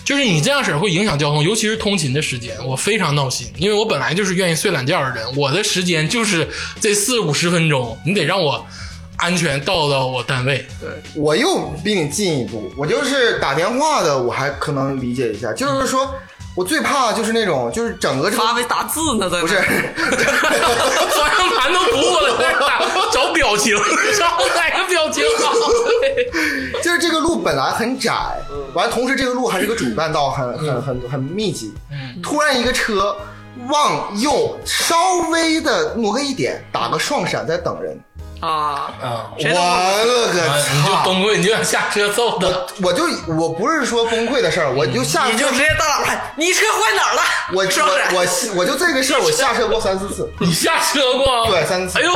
就是你这样式儿会影响交通，尤其是通勤的时间，我非常闹心，因为我本来就是愿意睡懒觉的人，我的时间就是这四五十分钟，你得让我安全到到我单位。 我又比你进一步，我就是打电话的，我还可能理解一下，就是说我最怕就是那种就是整个这个发没打字呢，在不是方向盘都不过了，在那打找表情， 找哪个表情 好？ 就是这个路本来很窄，嗯完了同时这个路还是个主干道，很很很很密集。嗯突然一个车往右稍微的挪个一点，打个双闪在等人，啊， 啊，谁能嗯完了个哎你就操！崩溃，你就想下车揍他。我就我不是说崩溃的事儿，我就下你就直接大喇叭，哎你车坏哪儿了？我是不是？我我我就这个事儿，我下车过三四次， 你下车哦过？对三次 哎呦，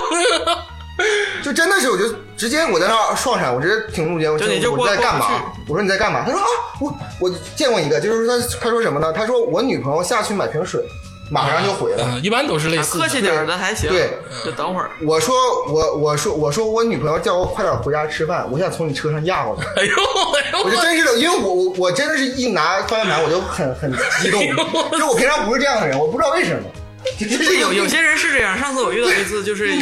就真的是我就直接我在那儿双闪，我直接停路肩，我就你说就我过在干过嘛？我说你在干嘛？他说啊，我我见过一个，就是他他说什么呢？他说我女朋友下去买瓶水，马上就回来。嗯，一般都是类似的哎啊客气点儿的还行，对，就等会儿。我说我我说我说我女朋友叫我快点回家吃饭，我想从你车上 压过来。 哎呦，哎呦，我就真是的，因为我我我真的是一拿方向盘我就很 很激哎动，就是我平常不是这样的人，我不知道为什么。是有有些人是这样，上次我遇到一次，就是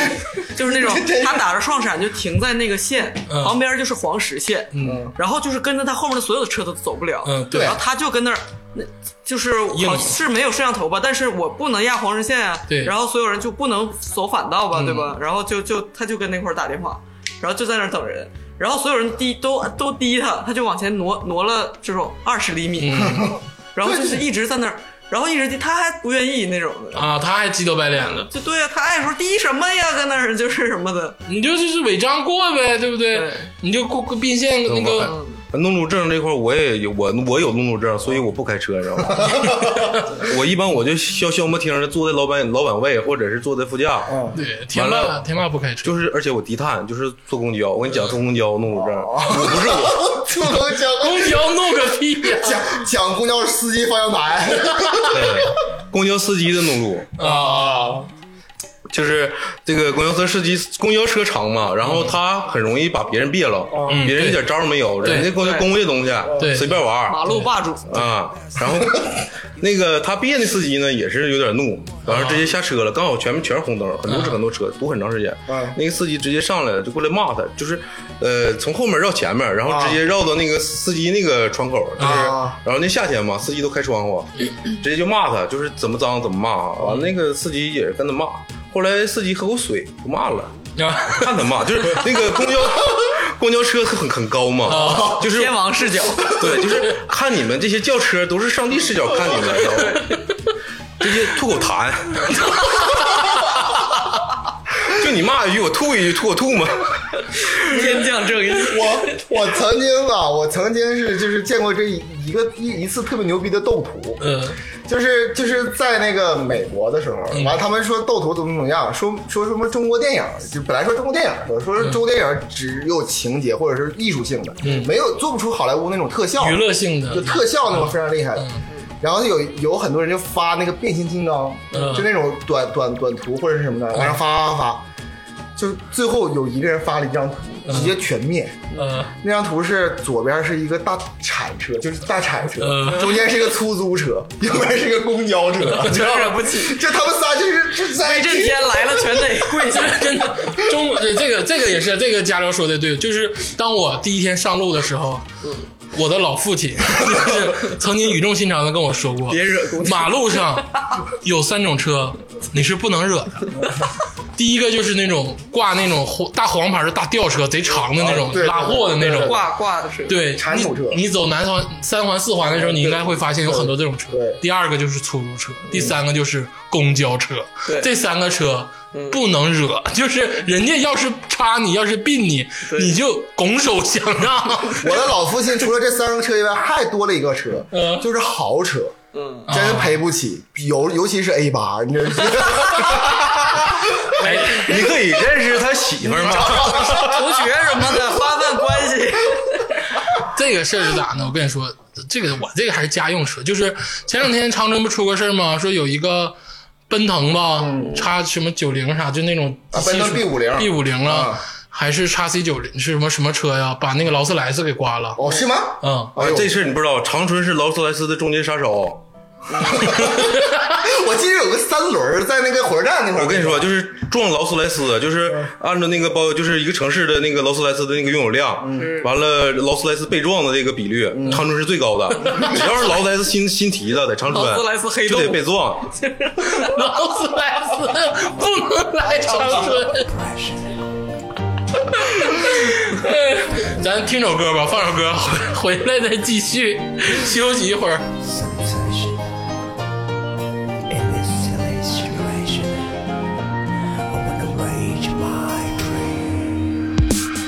就是那种他打着双闪就停在那个线嗯旁边就是黄石线，嗯然后就是跟着他后面的所有的车都走不了，嗯对然后他就跟那儿，那就是硬好是没有摄像头吧，但是我不能压黄石线啊，对嗯然后所有人就不能走反道吧，对吧？然后就就他就跟那块儿打电话，然后就在那儿等人。然后所有人滴都都滴他，他就往前挪挪了这种二十厘米，嗯然后就是一直在那儿，然后一直滴，他还不愿意那种的，啊，他还鸡头白脸的，就对呀、啊他爱说滴什么呀，搁那儿就是什么的，你就就是违章过呗，对不对？对你就过过并线那个，路怒症这块儿我也有，我我有路怒症，所以我不开车， 你知道吗？我一般我就消消磨厅的，坐在老板老板位，或者是坐在副驾。嗯对，天完霸了天霸不开车，就是，而且我低碳，就是坐公交。我跟你讲，坐公交路怒症，我不是我， 就能讲公交弄个屁呀！讲讲公交司机方向盘，对，公交司机的怒路，啊，就是这个公交车司机，公交车长嘛，然后他很容易把别人别了，嗯别人一点招儿没有，对人家公交对公务这东西，对随便玩儿，马路霸主，啊，然后那个他毕业那司机呢，也是有点怒，然后直接下车了，刚好前面全是红灯，很多车很多车堵很长时间嗯。那个司机直接上来就过来骂他，就是呃从后门绕前面，然后直接绕到那个司机那个窗口，就是 啊然后那夏天嘛，司机都开窗户， 直接就骂他，就是怎么脏怎么骂啊。完了那个司机也跟他骂，后来司机喝口水不骂了。啊看他骂，就是那个公 交公交车很很高嘛，就是哦天王视角， 对，就是看你们这些轿车都是上帝视角看你 们，知道吗？这些吐口痰，就你骂一句我吐一句，吐我吐嘛。天降正义，我我曾经啊，我曾经是就是见过这一个一一次特别牛逼的斗图，嗯就是就是在那个美国的时候，完了他们说斗图怎么怎么样，说说什么中国电影，就本来说中国电影，说嗯中国电影只有情节或者是艺术性的，没有做不出好莱坞那种特效，娱乐性的，就嗯特效那种非常厉害的。然后有有很多人就发那个变形金刚，嗯就那种短短短图或者是什么的，往上发发发，就最后有一个人发了一张图，嗯直接全灭。呃那张图是左边是一个大铲车，就是大铲车，嗯中间是一个出租车，右边是一个公交车，知道惹吗？不起。 就他们仨就是这在一这起天来了，全得跪下。真的，中国这个这个也是这个加州说的对，就是当我第一天上路的时候，我的老父亲就是曾经语重心长的跟我说过，别惹马路上有三种车你是不能惹 的，第一个就是那种挂那种黄大黄牌的大吊车，贼长的那种啊对拉货的那种，挂挂的是，对，铲土车哎你你走南环、三环、四环的时候，你应该会发现有很多这种车对。嗯第二个就是出租车，第三个就是公交车对。这三个车嗯不能惹， 就是人家要是插你，要是并你，你就拱手相让。 我的老父亲除了这三个车以外，还多了一个车，嗯就是豪车，嗯，真赔不起，尤尤其是 A 八，你这哎，你可以认识他媳妇儿吗？同学什么的发散关系，这个事儿是咋呢？我跟你说，这个我这个还是家用车，就是前两天长春不出个事儿吗？说有一个奔腾吧，叉什么九零啥，就那种嗯啊奔腾 B50 B 五零了啊，还是叉 C 九零是什么什么车呀？把那个劳斯莱斯给刮了。 哦是吗？嗯，哎呦，这事儿你不知道，长春是劳斯莱斯的终极杀手。哎我记得有个三轮儿在那个火车站那块儿，我跟你说，就是撞劳斯莱斯，啊就是按照那个包，就是一个城市的那个劳斯莱斯的那个拥有量，完了劳斯莱斯被撞的这个比率，长春是最高的。只要是劳斯莱斯新新提的，在长春劳斯莱斯黑就洞得被撞。 劳斯莱斯不能来长春。 哎咱听首歌吧，放首歌，回回来再继续休息一会儿。 sensation in this silly situation. I wanna rage my dream.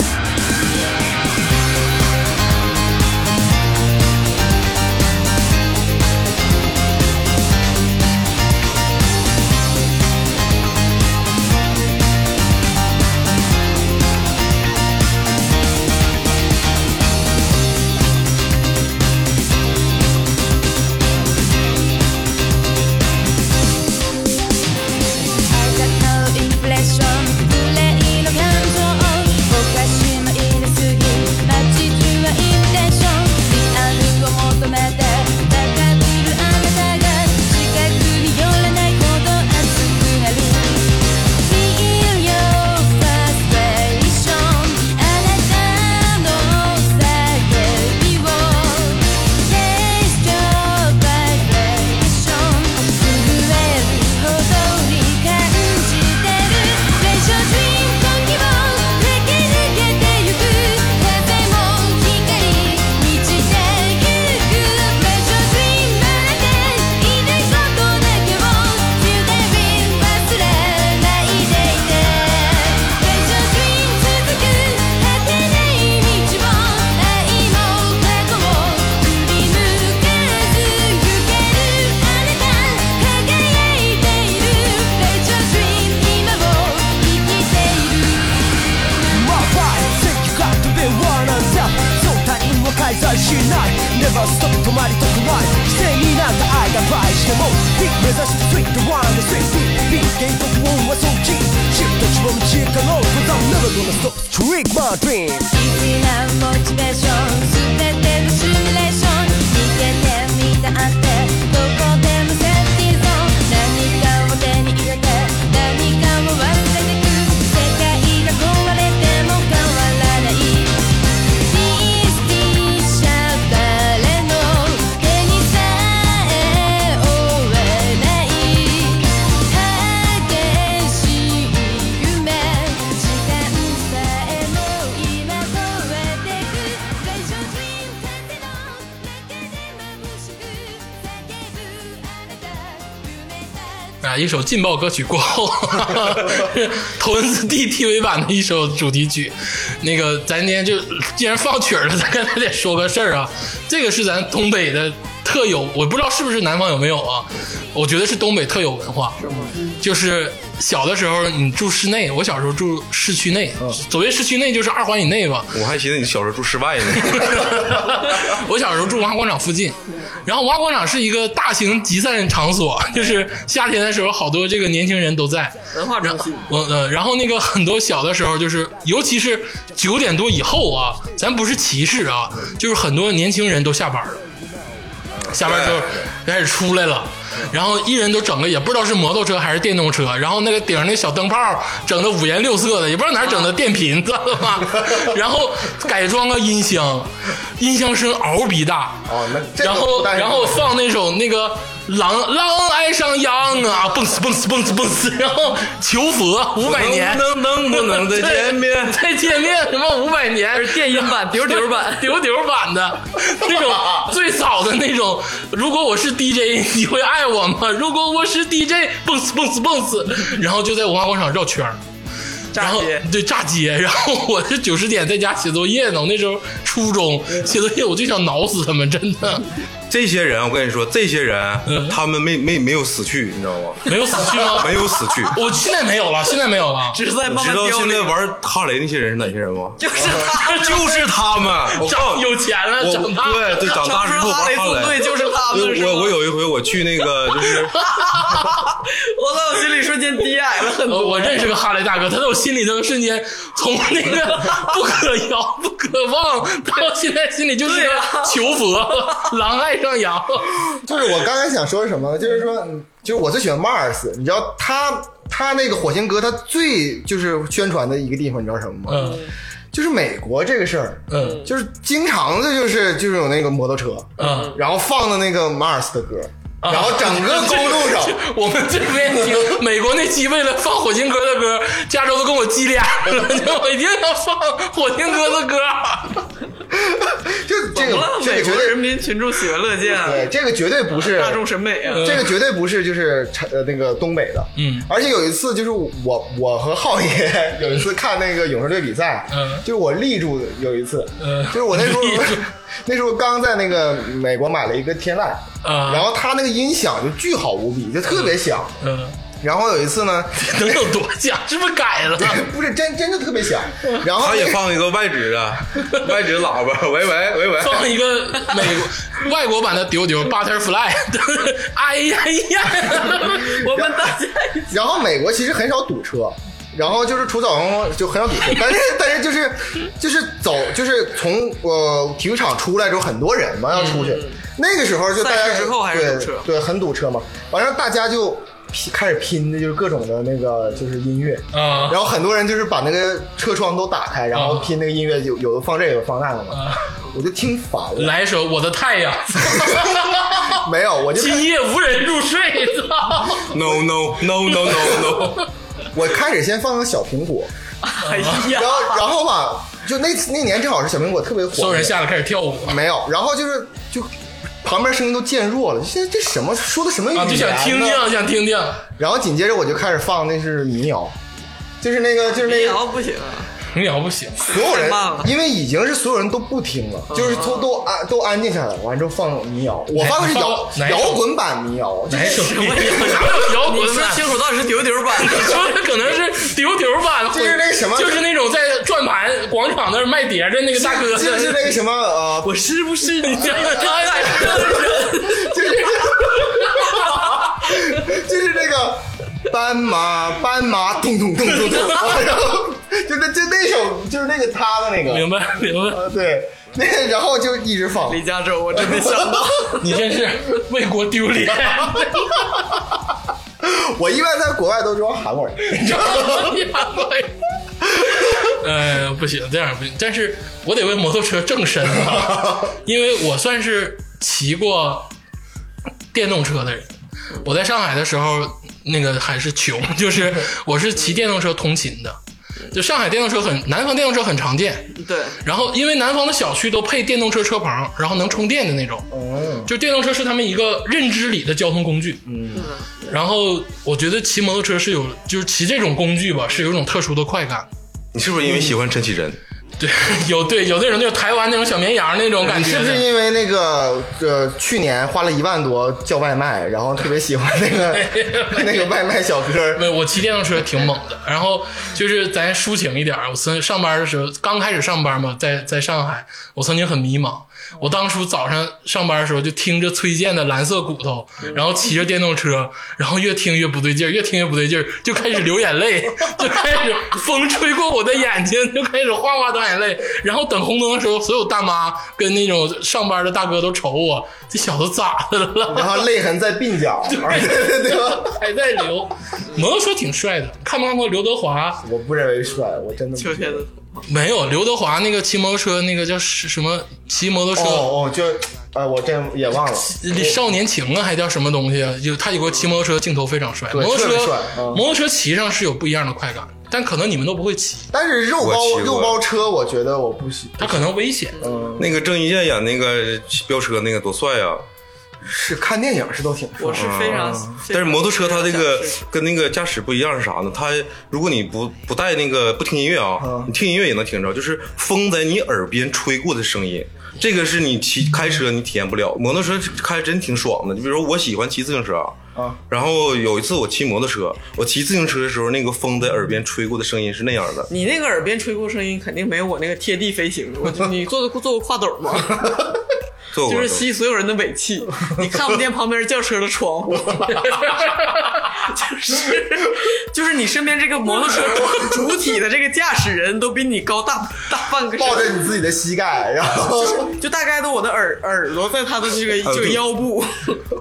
Never stop 止まりたくない規制になった愛が倍しても Big 目指す Sweet the one and the sweet Big 原告音は送金シフト地を導かろう Cause I'm never gonna stop Trick my dream モチベーション「すべてのシミュレーション」「逃げてみたってどこでもセーフティーゾーン」「何かを手に入れて何かを忘れてく」「世界が壊れても変わらない」「リスキーシャ誰の手にさえ負えない」「激しい夢」「時間さえも今超えてく」「最初ドリーム風の中で眩しく」「叫ぶあなた夢さ」啊，一首劲爆歌曲过后， 头文字 D TV 版的一首主题曲。那个，咱今天就既然放曲儿了，咱 刚才得说个事儿啊。这个是咱东北的特有，我不知道是不是南方有没有啊？我觉得是东北特有文化，就是小的时候你住室内，我小时候住市区内，所谓市区内就是二环以内吧。我还寻思你小时候住室外呢， 我小时候住文化广场附近，然后文化广场是一个大型集散场所，就是夏天的时候，好多这个年轻人都在。文化中心我呃，然后那个很多小的时候，就是尤其是九点多以后啊，咱不是歧视啊，就是很多年轻人都下班了，下班之后开始出来了。嗯然后一人都整个也不知道是摩托车还是电动车，然后那个顶上那小灯泡整的五颜六色的，也不知道哪儿整嗯的电瓶，知道 吗？然后改装个音箱，音箱声嗷逼大，哦，那这个然后不但是然后放那首那个狼狼爱上羊啊，蹦死蹦死蹦死蹦死，然后求佛五百嗯年，？能能不能再见面 再见面什么五百年，，电音版、丢丢版 丢丢版的那种最早的那种。如果我是 DJ，你 会爱我吗？如果我是 DJ，蹦死蹦死蹦死，然后就在文化广场绕圈儿然炸后街。对炸街，然后我是九十点在家写作业呢，我那时候初中写作业，我就想挠死他们，真的这些人，我跟你说，这些嗯人他们没没没有死去，你知道吗？没有死去吗？ 没有死去。我现在没有了，现在没有了。 只是在你慢慢知道凋现在零，玩哈雷那些人是哪些人吗？就是他，就是他们，我告长诉你，有钱了，我长大了对对，长大之后哈玩雷哈纵队雷。就是他们，是吗我我有一回我去那个就是我在我心里瞬间低矮了很呃，多。我认识个哈雷大哥，他在我心里头瞬间从那 个不可摇、不可忘，到现在心里就是对个啊求佛，狼爱上羊。就是我刚才想说什 么呢？就是说，嗯就是我最喜欢 Mars，你知道他他那个火星哥，他最就是宣传的一个地方，你知道什么吗？嗯就是美国这个事儿，嗯就是经常的就是就是有那个摩托车，嗯，然后放的那个 Mars 的歌，啊然后整个公路 上。我们这边听美国那期为了放火星哥的歌，加州都跟我急脸了，就我一定要放火星哥的歌。就这怎么个了？这美个绝国对人民群众喜闻乐见啊，对，这个绝对不是大众审美啊。这个绝对不是就是呃那个东北的，呃嗯而且有一次就是我我和浩爷有一次看那个勇士队比赛，嗯就是我立住有一次，嗯就是我那时候立住那时候刚在那个美国买了一个天籁，啊然后它那个音响就巨好无比，就特别响，嗯，然后有一次呢，能有多像？是不是改了？ 不是真真的特别响，嗯然后他也那个放一个外置的外置喇叭，喂喂喂喂，放一个美国外国版的丢丢 Butterfly，哎呀哎呀！我们大家一起然后美国其实很少堵车，然后就是除草红就很少堵 车，但是但是就是就是走就是从呃体育场出来之后很多人嘛要出去，那个时候就大嗯赛家事之后还是堵车对对很堵车嘛，完了大家就拼。开始拼的就是各种的那个就是音乐，啊然后很多人就是把那个车窗都打开，然后拼那个音乐，有有的放这个，有的放那个嘛，我就听烦了，来一首《我的太阳》， 没有，我就今夜无人入睡。操 no no no no no no，我开始先放个小苹果， 哎呀然，后然后吧，就那那年正好是小苹果特别火， 所有人吓得开始跳舞没有，然后就是就旁边声音都渐弱了，现在这什么说的什么语言、啊，就想听听。，想听听。然后紧接着我就开始放那是民谣，就是那个就是那民谣个不行啊，民谣不行，所有人太慢了，嗯因为已经是所有人都不听了，就是都都安都安静下来了，完之后放民谣，我放的是摇哪一首摇滚版民谣，就哪首是民谣？哪有摇你滚说呢？清楚到底是丢丢版的， 说的可能是丢丢版的，就是那什么就是那种在转盘广场那儿卖碟的那个大哥，就是 那个什么呃，我是不是你你哎爱上的人？就是那个斑马斑马咚咚咚咚咚，然后就那就那首就是那个他的那个明，白明白，呃对，那然后就一直放，李嘉洲，我真没想到，你真是为国丢脸。 我一般在国外都装韩 国人，你知道吗？ 呃，不行，这样不行。但是我得为摩托车正身啊，因为我算是骑过电动车的人。我在上海的时候，那个还是穷，就是我是骑电动车通勤的。就上海电动车很，南方电动车很常见。对，然后因为南方的小区都配电动车车棚，然后能充电的那种，哦就电动车是他们一个认知里的交通工具。嗯，然后我觉得骑摩托车是有，就是骑这种工具吧，是有一种特殊的快感。你是不是因为喜欢陈绮贞？对，有对有那种就是台湾那种小绵羊那种感你觉是的，不是因为那个呃，去年花了一万多叫外卖，然后特别喜欢 那个那个外卖小哥？没有，我骑电动车挺猛的。然后就是咱抒情一点儿，我曾上班的时候，刚开始上班嘛，在在上海，我曾经很迷茫。我当初早上上班的时候，就听着崔健的《蓝色骨头》，然后骑着电动车，然后越听越不对劲儿，越听越不对劲儿，就开始流眼泪，就开始风吹过我的眼睛，就开始哗哗打眼泪。然后等红灯的时候，所有大妈跟那种上班的大哥都瞅我，这小子咋的了？然后泪痕在 鬓角， 对对吧？还在流。摩托车挺帅的，看没看过刘德华？我不认为帅，我真的不秋天的没有，刘德华那个骑摩托车那个叫什什么？骑摩托车、哦哦，就哎，我这也忘了。少年情啊，还叫什么东西啊？就他有个骑摩托车镜头非常帅，对摩托特别车、帅嗯摩托车骑上是有不一样的快感，但可能你们都不会骑，但是肉我骑包过肉包车，我觉得我不喜，它可能危险。那个郑伊健演那个飙车那个多帅啊呀、是看电影是都挺我帅。是非常，非啊但是常摩托车它这个非常想去跟那个驾驶不一样是啥呢？它如果你不不带那个不听音乐啊嗯，你听音乐也能听着，就是风在你耳边吹过的声音。这个是你骑开车你体验不了，摩托车开真挺爽的。就比如说我喜欢骑自行车啊，然后有一次我骑摩托车，我骑自行车的时候，那个风在耳边吹过的声音是那样的。你那个耳边吹过声音，肯定没有我那个贴地飞行。我你做过做过跨斗吗？做过就是做过吸所有人的尾气，你看不见旁边轿车的窗户，就是就是你身边这个摩托车主体的这个驾驶人都比你高大大半个身抱着你自己的膝盖，然 后就大概都我的耳耳朵在他的这个呃这个对腰部，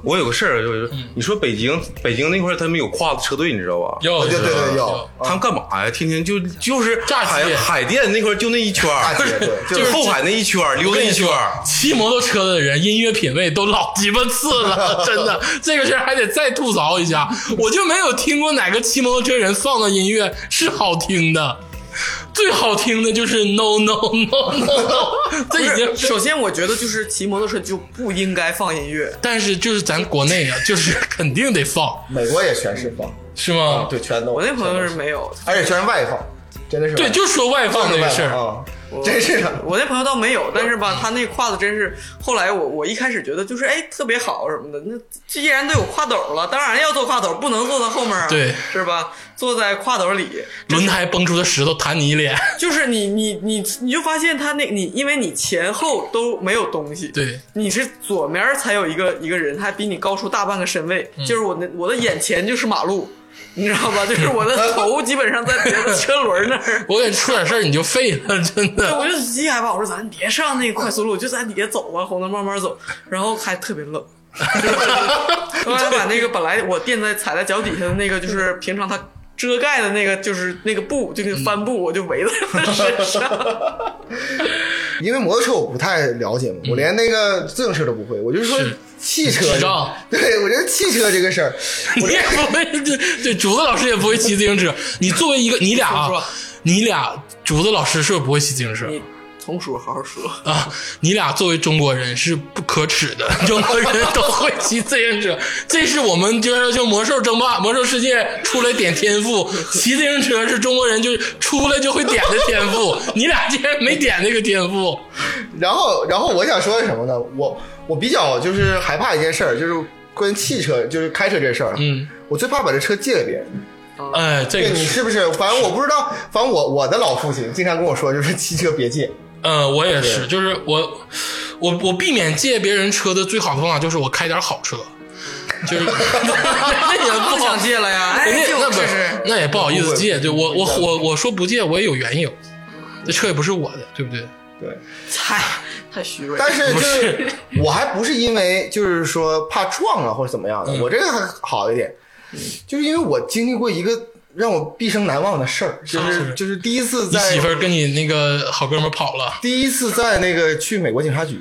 我有个事儿，就是你说北京北京那块儿他们有跨子车队，你知道吧？有对对对，有，他们干嘛呀？天天就就是炸海街海淀那块儿就那一圈儿大姐对，就就是是后海那一圈儿溜达一圈儿骑摩托车的人音乐品味都老鸡巴次了，真 的，这个事儿还得再吐槽一下。我就没有听过哪个骑摩托车人放的音乐是好听的，最好听的就是 No No No No No，这已经不是首先我觉得就是骑摩托车就不应该放音乐，但是就是咱国内啊， 就是肯定得放，美国也全是放，哦是吗？啊对，全都。我那朋友是没有，而且全是外放，真的是对，就说外放这个事儿，啊，真是的。我那朋友倒没有，但是嗯吧，他那胯子真是，后来我我一开始觉得就是哎特别好什么的，那既然都有挎斗了，当然要做挎斗，不能坐在后面啊，对是吧？坐在挎斗里，轮胎崩出的石头弹你一脸，就是你你你你就发现他那你因为你前后都没有东西，对，你是左面才有一个一个人，他比你高出大半个身位，嗯就是我的我的眼前就是马路。你知道吧？就是 我的头基本上在别的车轮那儿，我给你出点事儿你就废了，真对，的。 我就极害怕，我说咱别上那个快速路，就在底下走啊，红灯慢慢走，然后还特别冷。后来把那个本来我垫在踩在脚底下的那个，就是平常它遮盖的那个，就是那个布，就那个帆布，我就围在他身上。因为摩托车我不太了解嘛，我连那个自行车都不会，我就是说嗯是汽车智障，对我觉得汽车这个事儿，你也不会，对对，竹子老师也不会骑自行车。你作为一个，你俩说啊说，你俩竹子老师是不会骑自行车你从叔好好说，啊，你俩作为中国人是不可耻的，中国人都会骑自行车，这是我们就是就魔兽争霸、魔兽世界出来点天赋，骑自行车是中国人就是出来就会点的天赋，你俩竟然没点那个天赋，然后然后我想说什么呢？我我比较就是害怕一件事儿，就是关于汽车，就是开车这事儿，啊嗯，我最怕把这车借给别人。哎，这对个你是，是不是？反正我不知道，反正我我的老父亲经常跟我说，就是汽车 别借。嗯，我也是，就是我我我避免借别人车的最好的方法就是我开点好车，就是那也不不好想借 了呀？那哎，借那我不试试。那也不好意思借，对我我我我说不借我也有缘由，这车也不是我的，对不对？对，太太虚伪了。但是就不是是我还不是因为就是说怕撞了或者怎么样嗯的，我这个还好一点，就是因为我经历过一个让我毕生难忘的事儿，就是啊是就是第一次你在媳妇儿跟你那个好哥们儿跑了第一次在那个去美国警察局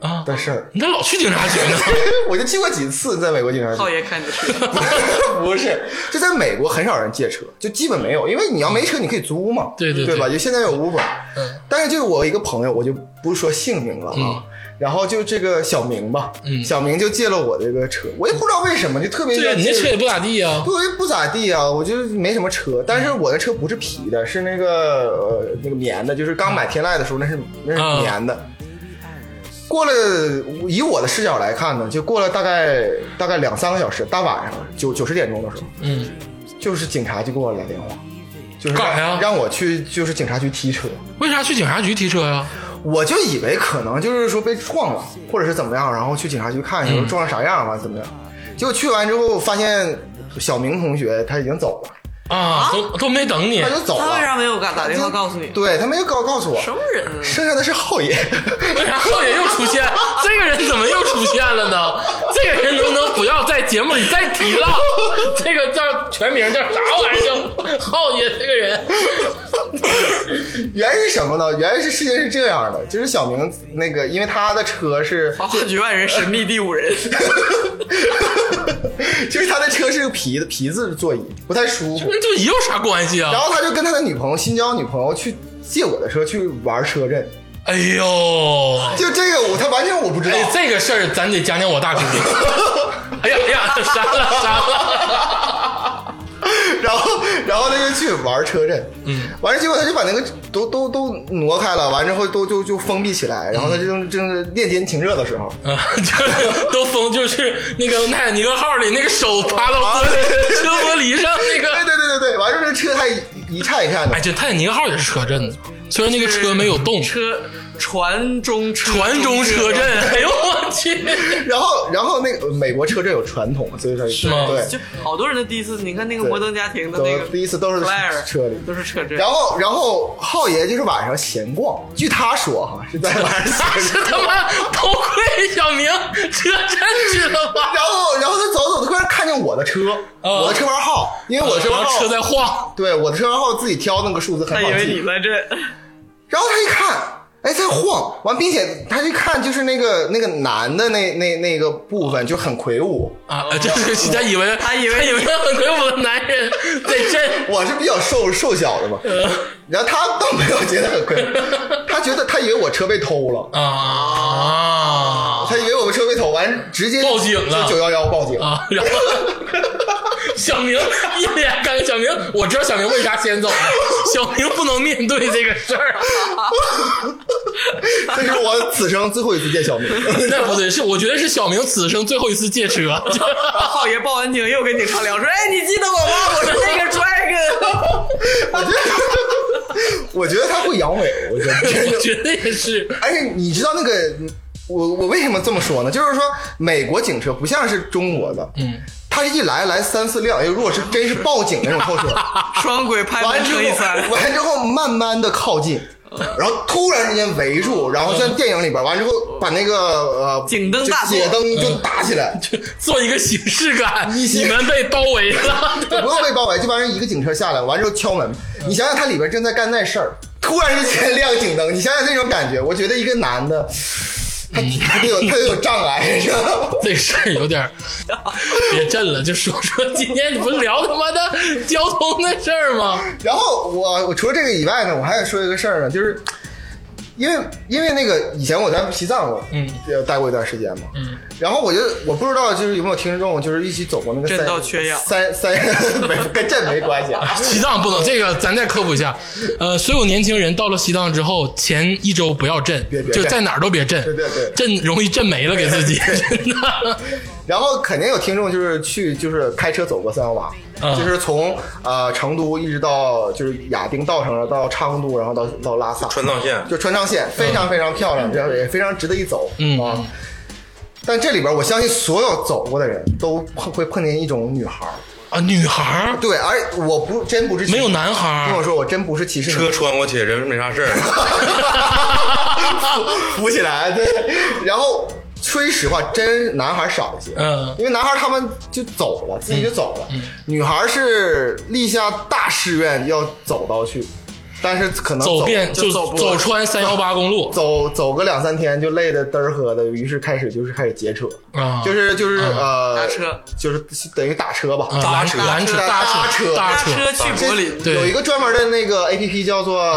啊？的事儿， 你咋老去警察局呢？我就去过几次在美国警察浩局，爷看你的车， 不是就在美国很少人借车，就基本没有，因为你要没车你可以租嘛，嗯对对对吧？对就现在有 Uber，嗯但是就是我一个朋友，我就不说姓名了啊。嗯然后就这个小明吧，小明就借了我这个车，我也不知道为什么，就特别对呀，啊愿你意那借车也不咋地呀。对，不咋地啊，我就是没什么车，但是嗯我的车不是皮的，是那个呃那个棉的，就是刚买天籁的时候那是那是啊嗯棉的。过了，以我的视角来看呢，就过了大概大概两三个小时，大晚上九九十点钟的时候，嗯，就是警察就给我来电话，就是干啥让呀让我去就是警察局提车，为啥去警察局提车呀？我就以为可能就是说被撞了，或者是怎么样，然后去警察局看一下嗯撞成啥样了，怎么样。结果去完之后，发现小明同学他已经走了。啊，都都没等你他，就走他为啥了。没有敢打电话告诉你？对他没有告告诉我，什么人啊？剩下的是后爷。 为啥后爷又出现？这个人怎么又出现了呢？这个人能不能不要在节目里再提了？ 这个叫全名叫啥玩意儿？浩爷这个人，原是什么呢？原是事情是这样的，就是小明那个，因为他的车是 花花局外人，神秘第五人，就是他的车是个皮的皮子座椅，不太舒服。那就有啥关系然啊？后他就跟他的女朋友新交女朋友去借我的车去玩车震，哎呦，就这个我他完全我不知道哎，，这个事儿咱得讲讲我大哥。 哎呀哎呀，删了删了。 然后然后他就去玩车震，嗯，完了结果他就把那个都都都挪开了，完之后都就就封闭起来，然后他就正正是练肩停热的时候，啊，就是都封，就是那个泰坦尼克号里那个手趴到玻璃车玻璃上那对个。对对对对，完了这车还一一颤一颤的哎，，这泰坦尼克号也是车震的，虽然那个车没有动，车船中车船中车震。哎呦我去！然后然后那个美国车震有传统，所以说是吗对，就好多人的第一次，你看那个摩登家庭的那个都第一次都是 Claire 车里都是车震，然后，然后浩爷就是晚上闲逛，据他说哈是在晚上那 闲是逛。他妈头盔小明车震去了吧？然后，然后他走走，突然看见我的车，啊我的车牌号，因为我的车牌然后号，车在晃，对我的车牌号自己挑那个数字很他好以为记你。在震，然后他一看，哎，在晃，完，并且他一看就是那个那个男的那那那个部分就很魁梧，啊，就是他以为他以为他以为他很魁梧的男人在震，我是比较瘦瘦小的嘛，然后他倒没有觉得很魁梧， 他觉得他以为我车被偷了。啊他以为我们车被偷，完直接报警了九幺幺报警啊！然后小明一脸尴尬，小明我知道小明为啥先走了，小明不能面对这个事儿，这是我此生最后一次见小明。那不对，是我觉得是小明此生最后一次借车，然后浩爷报完警又跟警察聊说：“哎，你记得我 吗？我是那个 dragon。我觉得， 我觉得他会阳痿，我觉我得。觉得也是。而且你知道那个，我我为什么这么说呢？就是说美国警车不像是中国的，嗯，它一来来三四辆，哎如果是真是报警那种后车，”双轨拍完门之乘以哦三后，， 完之后慢慢的靠近。然后突然之间围住，然后像电影里边，完之后把那个呃哦警灯大嗯作解灯就打起来，做一个形式感，你们被包围了。不用被包围，这帮人一个警车下来，完之后敲门。你想想，他里边正在干那事儿，突然之间亮警灯，你想想那种感觉。我觉得一个男的，他嗯他得有他得有障碍，是吧？这事儿有点儿别震了，就说说今天你不是聊他妈的交通的事儿吗？然后我我除了这个以外呢，我还想说一个事儿呢，就是因为因为那个以前我在西藏我嗯呃待过一段时间嘛，嗯，然后我就我不知道就是有没有听众就是一起走过那个震三到缺氧三三 没跟这没关系啊， 西藏不能，这个咱再科普一下。呃，所有年轻人到了西藏之后，前一周不要震别，别就震在哪儿都别震，对对对震容易震没了给自己。真的，然后肯定有听众就是去就是开车走过三幺八，嗯就是从呃成都一直到就是亚丁道上，然后到昌都，然后到到拉萨，川藏线就川藏线非常非常漂亮，然后也非常值得一走嗯啊。但这里边我相信所有走过的人都碰会碰见一种女孩儿，啊，女孩儿对，而我不真不是没有男孩跟我儿，说我真不是歧视你车穿过去，人没啥 事儿。啊 扶起来，对，然后。说实话，真男孩少一些，嗯因为男孩他们就走了，自己就走了。女孩是立下大誓愿要走到去，但是可能走遍就就走不走穿三幺八公路走走个两三天就累得嘚儿喝的，于是开始就是开始劫车，啊，就是就是呃搭车，就是等于打车吧，啊拦车拦车搭搭车车搭搭车车去这柏林，对有一个专门的那个 A P P 叫做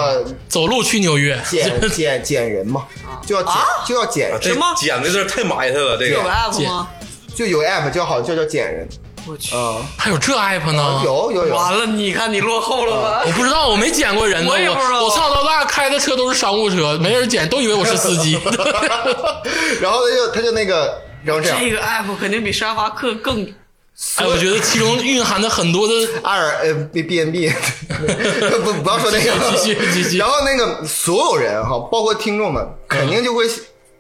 走路去纽约，捡捡捡人嘛，啊就要捡就要捡人，这什么剪的字儿太埋汰了，这有个 app 姐吗？就有 app 叫好叫叫捡人我去，啊，还有这 app 呢？有有有，完了，你看你落后了吧啊我？不知道，我没捡过人呢。我也不知道我从小到大开的车都是商务车，没人捡，都以为我是司 机。 然后他就他就那个，然后这样这，个 app 肯定比沙发客更哎，我觉得其中蕴含着很多的二呃 B B N B，不不要说那个，继续继续继续然后那个所有人哈，包括听众们，肯定就会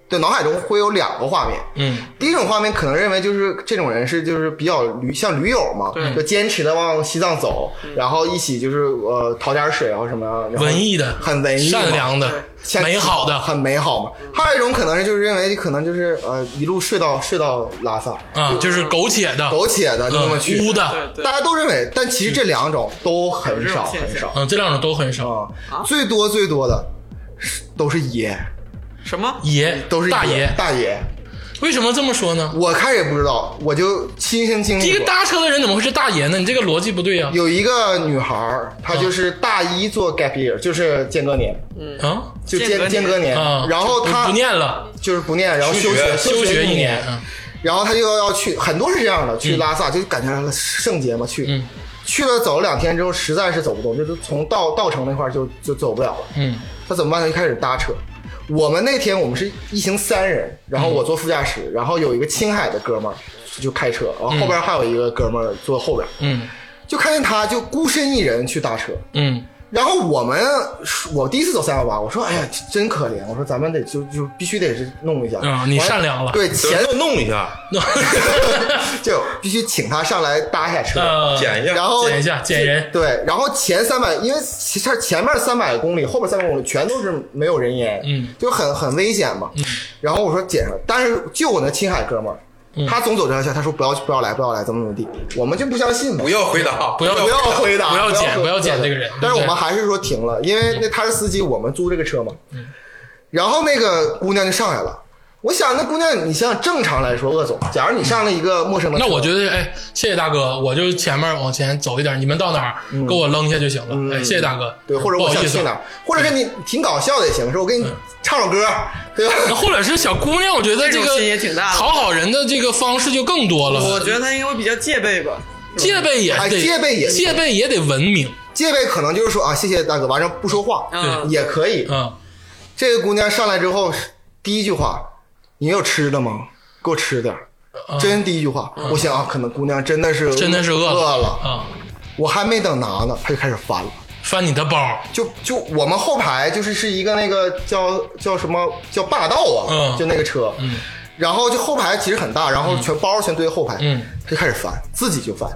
对脑海中会有两个画面，嗯，第一种画面可能认为就是这种人是就是比较驴像驴友嘛，就坚持的往西藏走，然后一起就是呃讨点水啊什么的，然后文艺的、很文艺嘛，善良的、像美好的，很美好嘛。还有一种可能就是认为可能就是呃一路睡到睡到拉萨，啊，就是苟且的、呃苟且的就那么去，污的，对对大家都认为，但其实这两种都很有这少种现象很少嗯，这两种都很少。啊，最多最多的是都是爷，什么？爷都是大爷，大爷。为什么这么说呢？我开始也不知道，我就亲身经第一历个过。搭车的人怎么会是大爷呢？你这个逻辑不对呀！啊有一个女孩儿，她就是大一做 gap year，就是间隔年，啊就间间隔年间隔年啊，，然后就不她不念了，就是不念，然后休学休学一一年，嗯然后他就要去，很多是这样的，去拉萨、就感觉来圣洁嘛，去、嗯去了走了两天之后，实在是走不动，就是从稻稻城那块儿就就走不了了。嗯，他怎么办呢？就开始搭车。我们那天我们是一行三人，然后我坐副驾驶，嗯然后有一个青海的哥们儿就开车，然后后边还有一个哥们儿坐后边，嗯就看见他就孤身一人去搭车。嗯然后我们，我第一次走三幺八，我说，哎呀，真可怜，我说咱们得就就必须得是弄一下。啊，你完善良了，对前要弄一下， 就必须请他上来搭一下车，呃，剪一下，然后捡一下，捡人，对，然后前三百，因为其实前面三百公里，后边三百公里全都是没有人烟，嗯，就很很危险嘛。然后我说捡上，但是就我那青海哥们儿，嗯他总走这条线，他说不要不要来不要来，怎么怎么地，我们就不相信嘛不。要回答，不要不要回答，不要捡回答不要捡这个人但对是我不对们还是说停了，因为那他是司机，我们租这个车嘛。嗯然后那个姑娘就上来了，我想那姑娘，你像正常来说，鄂总，假如你上了一个陌生的车，那我觉得，哎，谢谢大哥，我就前面往前走一点，你们到哪儿、给我扔下就行了。哎，谢谢大哥。嗯对，或者不我好想意思啊嗯去哪儿，或者是你挺搞笑的也行，说我给你唱首歌，对吧？那 或者是小姑娘，我觉得这种个心也挺大的讨好人的这个方式就更多我了。觉得他应该会比较戒备吧。戒备也哎得，戒备也戒备也得文明。戒备可能就是说啊，谢谢大哥，完了不说话嗯也可以。嗯，这个姑娘上来之后，第一句话，你有吃的吗？给我吃点儿。真第一句话，我想啊，可能姑娘真的是嗯真的是饿饿了，啊、我还没等拿呢，她就开始翻了。翻你的包，就就我们后排就是是一个那个叫叫什么叫霸道啊，嗯就那个车，嗯，然后就后排其实很大，然后全包全堆后排，嗯，他就开始翻，自己就翻，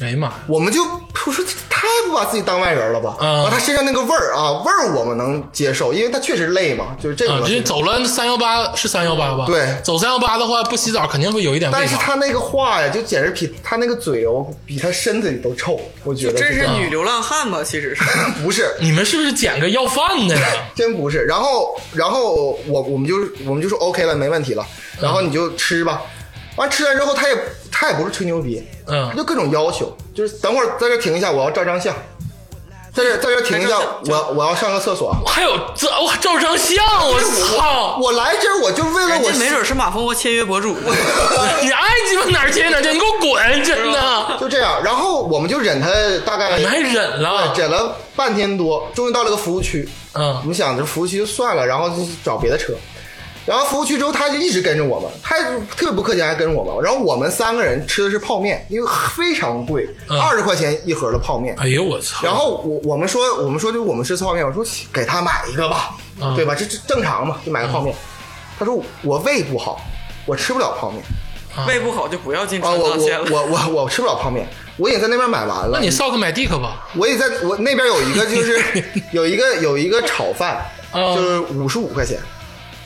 哎呀妈呀！我们就我说这太不把自己当外人了吧，嗯然后他身上那个味儿啊，味儿我们能接受，因为他确实累嘛，就是这个啊，我这接受，走了三幺八是三幺八吧？对走三幺八的话，不洗澡肯定会有一点味但是道。他那个话呀，就简直比他那个嘴哦，比他身子里都臭，我觉得真是这样女流浪汉吧？其实是 不是，你们是不是捡个要饭的呀？真不是。然后，然后我我们就我们就说 OK 了，没问题了。嗯然后你就吃吧。完吃完之后，他也他也不是吹牛逼，嗯他就各种要求，就是等会儿在这停一下，我要照张相，在这在这停一下，我我要上个厕所。还有这哇，照张相，我操！我来这儿我就为了人哎我啊家没准是马蜂窝签约博 主， 你爱鸡巴哪儿接哪儿接，你给我滚！真的，就这样。然后我们就忍他大概你还忍啊了？忍了半天多，终于到了个服务区。我嗯，们想着服务区就算了，然后就找别的车。然后服务区之后，他就一直跟着我们，他特别不客气，还跟着我们。然后我们三个人吃的是泡面，因为非常贵，嗯二十、块钱一盒的泡面。哎呦我操！然后我我们说我们说就我们吃泡面，我说给他买一个吧，嗯对吧？这这正常嘛，就买个泡面。他说我胃不好，我吃不了泡面胃不好就不要进啊，川我藏线我了。我我我吃不了泡面，我已经在那边买完那了。你少个买地克吧？我也在我那边有一个就是 有一个有一个炒饭，嗯就是五十五块钱。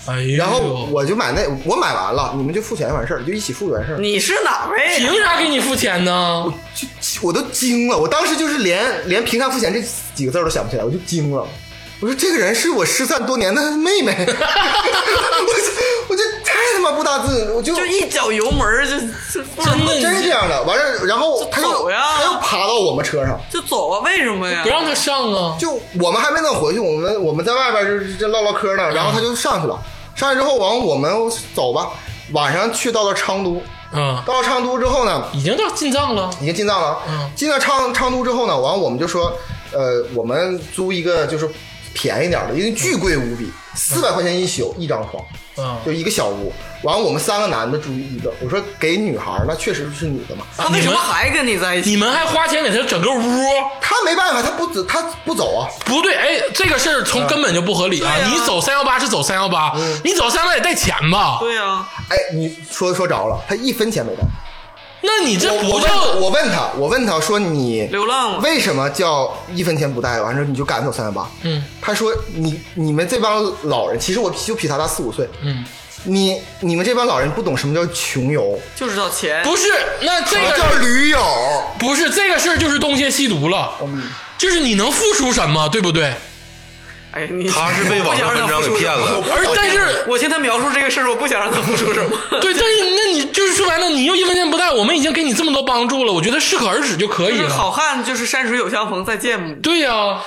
哎呦，然后我就买那，我买完了，你们就付钱完事儿，就一起付完事儿。你是哪位啊？凭啥给你付钱呢？就我都惊了，我当时就是连连平常付钱这几个字儿都想不起来，我就惊了。我说这个人是我失散多年的妹妹， 我就我就太他妈不大字，我就就一脚油门儿就就真的真是这样的。完事儿，然后他又走呀他又爬到我们车上，就走啊？为什么呀不？让他上啊！就我们还没能回去，我们我们在外边就是这唠唠嗑呢，然后他就上去了。上去之后，完我们走吧。晚上去到了昌都，嗯，到了昌都之后呢，已经到进藏了。已经进藏了。嗯进到昌昌都之后呢，完我们就说，呃，我们租一个就是便宜点的，因为巨贵无比，四百块钱一宿一张床，嗯就一个小屋。完了我们三个男的住一个，我说给女孩儿那确实是女的嘛，他为什么还跟你在一起？你们还花钱给他整个屋？她没办法，她不走，她不走啊，不对，哎，这个事儿嗯从根本就不合理啊！对啊你走三幺八是走三幺八，你走三幺八也带钱吧？对啊呀，哎，你说说着了，她一分钱没带。那你这我不问叫我问他，我问他说你流浪了为什么叫一分钱不带？完之后你就赶走三幺八。嗯，他说你你们这帮老人，其实我就比他大四五岁。嗯，你你们这帮老人不懂什么叫穷游，就知道钱。不是？那这什么个叫驴友？不是这个事儿，就是东邪西毒了。就是你能付出什么，对不对？哎，你他是被网上文章给骗了。而但是我听他描述这个事儿，我不想让他付出什么。 对，但是那你就是说白了，你又一分钱不带，我们已经给你这么多帮助了，我觉得适可而止就可就以啊是了。好汉就是山水有相逢，再见母。对呀、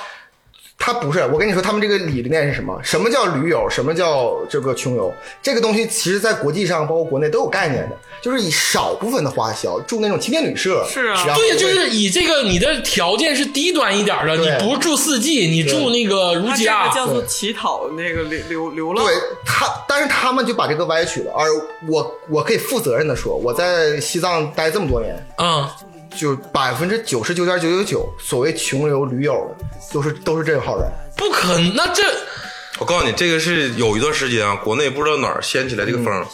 他不是，我跟你说，他们这个理念是什么？什么叫驴友？什么叫这个穷游？这个东西其实在国际上，包括国内都有概念的，就是以少部分的花销住那种青年旅社。是啊然后对呀，就是以这个你的条件是低端一点的，你对不住四季，你住那个如他这家啊个。叫做乞讨，那个流流流浪。对他，但是他们就把这个歪曲了。而我，我可以负责任的说，我在西藏待这么多年，嗯，就百分之九十九点九九九，所谓穷游驴友的，都是都是这号人。不可能，那这我告诉你，这个是有一段时间啊，国内不知道哪儿掀起来这个风，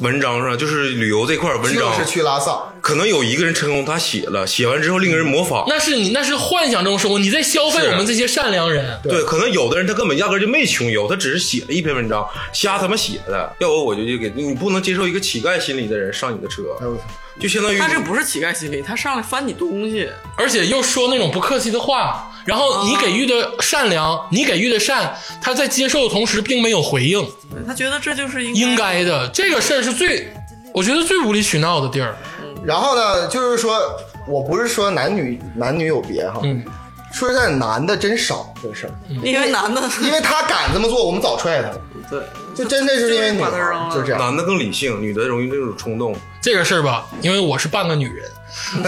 文章上就是旅游这块儿文章就，是去拉萨，可能有一个人成功，他写了，写完之后另一个人模仿。那是你那是幻想中生活，你在消费是我们这些善良人。对，可能有的人他根本压根儿就没穷游，他只是写了一篇文章，瞎他妈写的。要不我就就给你不能接受一个乞丐心理的人上你的车，哎呦我操就相当于他这不是乞丐心理，他上来翻你东西。而且又说那种不客气的话，然后你给予的善良，你给予的善，他在接受的同时并没有回应，他觉得这就是应应该该的，这个事儿是最，我觉得最无理取闹的地儿。然后呢，就是说我不是说男女男女有别哈，嗯说实在，男的真少这个事儿，因为男的因为他敢这么做，我们早踹他了。对，就真的是因为女把他孩扔就这了。样。男的更理性，女的容易那种冲动。这个事儿吧，因为我是半个女人，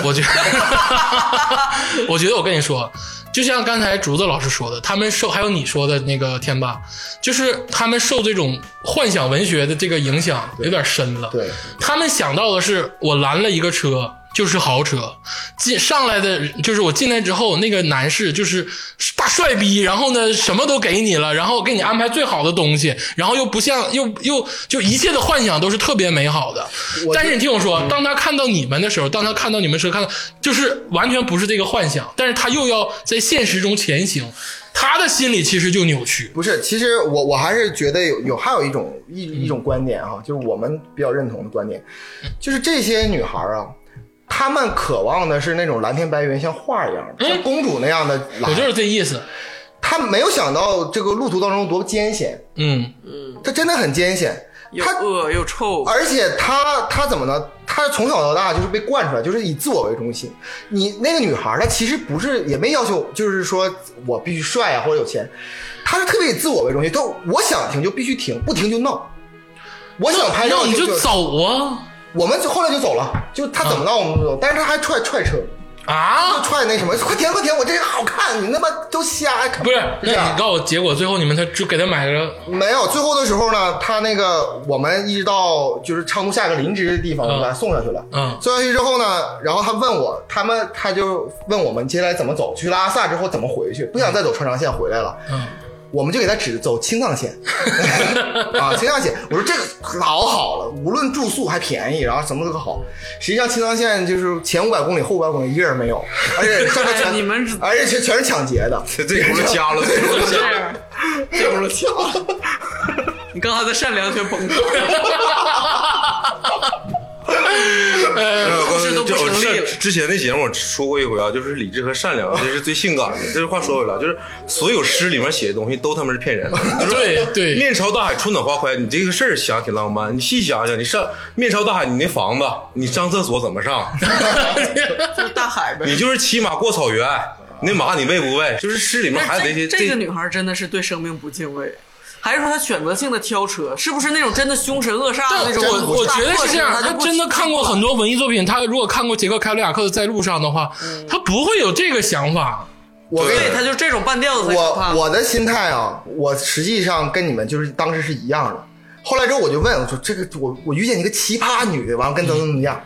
我觉得， 我觉得我跟你说，就像刚才竹子老师说的，他们受还有你说的那个天霸，就是他们受这种幻想文学的这个影响有点深了。对，他们想到的是我拦了一个车。就是豪车，进上来的就是我进来之后，那个男士就是大帅逼，然后呢什么都给你了，然后给你安排最好的东西，然后又不像又又就一切的幻想都是特别美好的。但是你听我说，当他看到你们的时候，当他看到你们的时候，看到就是完全不是这个幻想，但是他又要在现实中前行，他的心理其实就扭曲。不是，其实我我还是觉得有有还有一种一一种观点哈、就是我们比较认同的观点，就是这些女孩啊，她们渴望的是那种蓝天白云，像画一样的，像公主那样的我就蓝。是这意思，她没有想到这个路途当中多艰险，嗯，她真的很艰险。又她饿又臭，而且她她怎么呢？她从小到大就是被惯出来，就是以自我为中心。你那个女孩儿，她其实不是也没要求，就是说我必须帅啊或者有钱，她是特别以自我为中心。她我想停就必须停，不停就闹。我想拍照那你就就，走啊我们就后来就走了，就她怎么闹我们就走，但是她还踹踹车，啊！踹那什么， 快停快停，我这个好看，你他妈都瞎看。不是，这那样你告诉我结果，最后你们他就给他买了没有，最后的时候呢，他那个我们一直到就是昌都下个林芝的地方，嗯我把他送上去了。嗯送上去之后呢，然后他问我，他们他就问我们接下来怎么走，去拉萨之后怎么回去，不想再走川藏线回来了。嗯，我们就给他指走青 藏线啊，青藏线。我说这个老好了，无论住宿还便宜，然后什么都好。实际上青藏线就是前五百公里、后五百公里一个人没有，而且上 面哎全你们是而且全全是抢劫的。 这这轱辘掐 了，这轱辘这掐了。样，这不是巧。你刚才的善良全崩溃了，我事都不成立了之之前那节目我说过一回啊，就是理智和善良，这是最 性感的。这是话说回来，就是所有诗里面写的东西都他妈是骗人 的。对对，面朝大海，春暖花开。你这个事儿想挺浪漫，你细想想，你上面朝大海，你那房子，你上厕所怎么 上？ 就是大海呗。 你就是骑马过草原，你那马你喂不喂？就是诗里面还有这些这个女孩真的是对生命不敬畏，还是说她选择性的挑车？是不是那种真的凶神恶煞的那种？我我觉得是这样。她他就不真的看过很多文艺作品，他如果看过杰克·凯鲁亚克的《在路上》的话，他不会有这个想法。我跟对，你他就这种半吊子才可怕。我我的心态啊，我实际上跟你们就是当时是一样的。后来之后我就问我说：“这个我我遇见一个奇葩女的，完了跟怎么怎么样，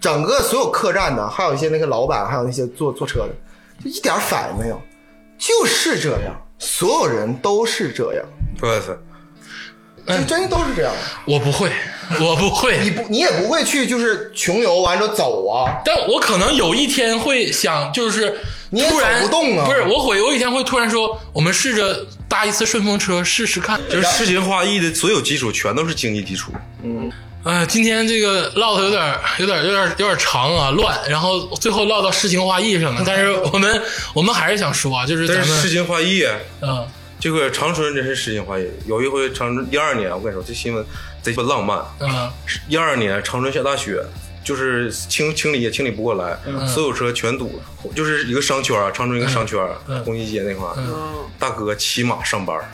整个所有客栈的，还有一些那个老板，还有那些坐坐车的，就一点反应没有，就是这样，所有人都是这样，我操，就真都是这样。我不会，我不你会。不你也不会去就是穷游完了之后走啊，但我可能有一天会想，就是你也突然走不动啊不是我会有一天会突然说，我们试着搭一次顺风车试试看。就是诗情画意的所有基础全都是经济基础。哎，今天这个唠的有点儿、有点儿、有点儿、有点儿长啊，乱，然后最后唠到诗情画意上了。但是我们我们还是想说啊，就是咱但是诗们情画意，嗯，这个长春真是诗情画意。有一回长春一二年，我跟你说这新闻贼不浪漫。嗯一二年长春下大雪，就是清清理也清理不过来，所有车全堵了，就是一个商圈啊，长春一个商圈，红旗街那块儿，大哥骑马上班儿，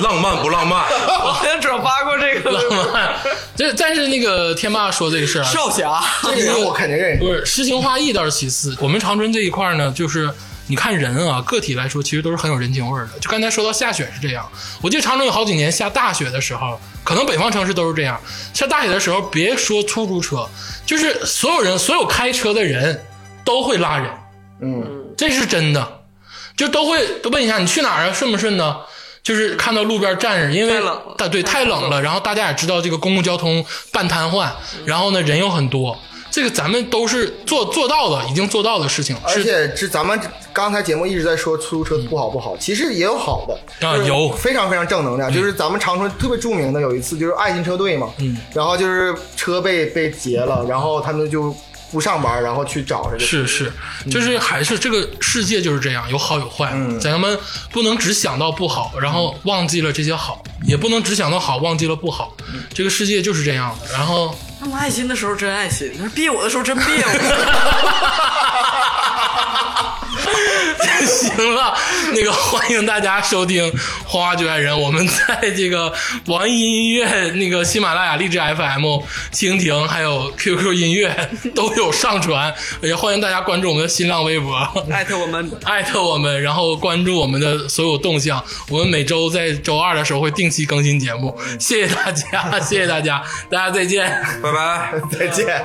浪漫不浪漫？我好像转发过这个浪漫。 这但是那个天霸说这个事儿啊， 少侠， 这个人我肯定认识。不是诗情画意倒是其次，我们长春这一块儿呢，就是你看人啊，个体来说其实都是很有人情味儿的。就刚才说到下雪是这样，我记得长春有好几年下大雪的时候，可能北方城市都是这样，下大雪的时候，别说出租车，就是所有人，所有开车的人都会拉人，嗯，这是真的，就都会都问一下你去哪儿啊，顺不顺呢？就是看到路边站着，因为太冷了嗯大对太冷嗯了，然后大家也知道这个公共交通半瘫痪，然后呢人又很多，这个咱们都是做做到的，已经做到的事情，而是且这咱们刚才节目一直在说出租车不好不好，其实也有好的啊就是有嗯非常非常正能量，就是咱们长春特别著名的有一次就是爱心车队嘛，嗯，然后就是车被被劫了，然后他们就不上班，然后去找这个，是是，嗯就是还是这个世界就是这样，有好有坏，咱们不能只想到不好，然后忘记了这些好，也不能只想到好忘记了不好，嗯这个世界就是这样的。然后他们爱心的时候真爱心，那憋我的时候真憋我。 行了，那个欢迎大家收听《花花局外人》，我们在这个网易音乐、那个喜马拉雅、荔枝 FM、蜻蜓还有 QQ 音乐都有上传，也欢迎大家关注我们的新浪微博。艾特我们，艾特我们，然后关注我们的所有动向。我们每周在周二的时候会定期更新节目。谢谢大家，谢谢大家，大家再见。拜拜。 再见。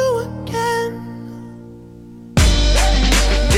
again.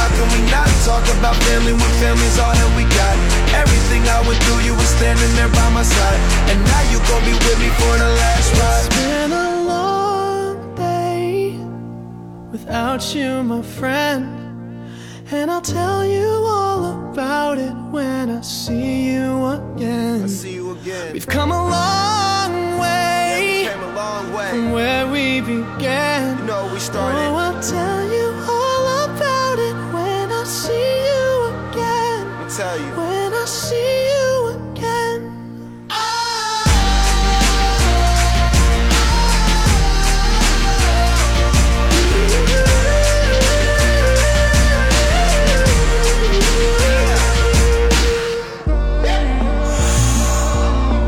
How can we not talk about family when family's all that we got? Everything I went through, you were standing there by my side. And now you gon' be with me for the last ride. It's been a long day without you, my friend. And I'll tell you all about it when I see you again. See you again. We've come a long way Came a long way. from where we You began. know we Oh, started. I'll tell you all about it when I see you again. I tell you. When I see you again.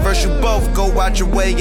First you both go out your way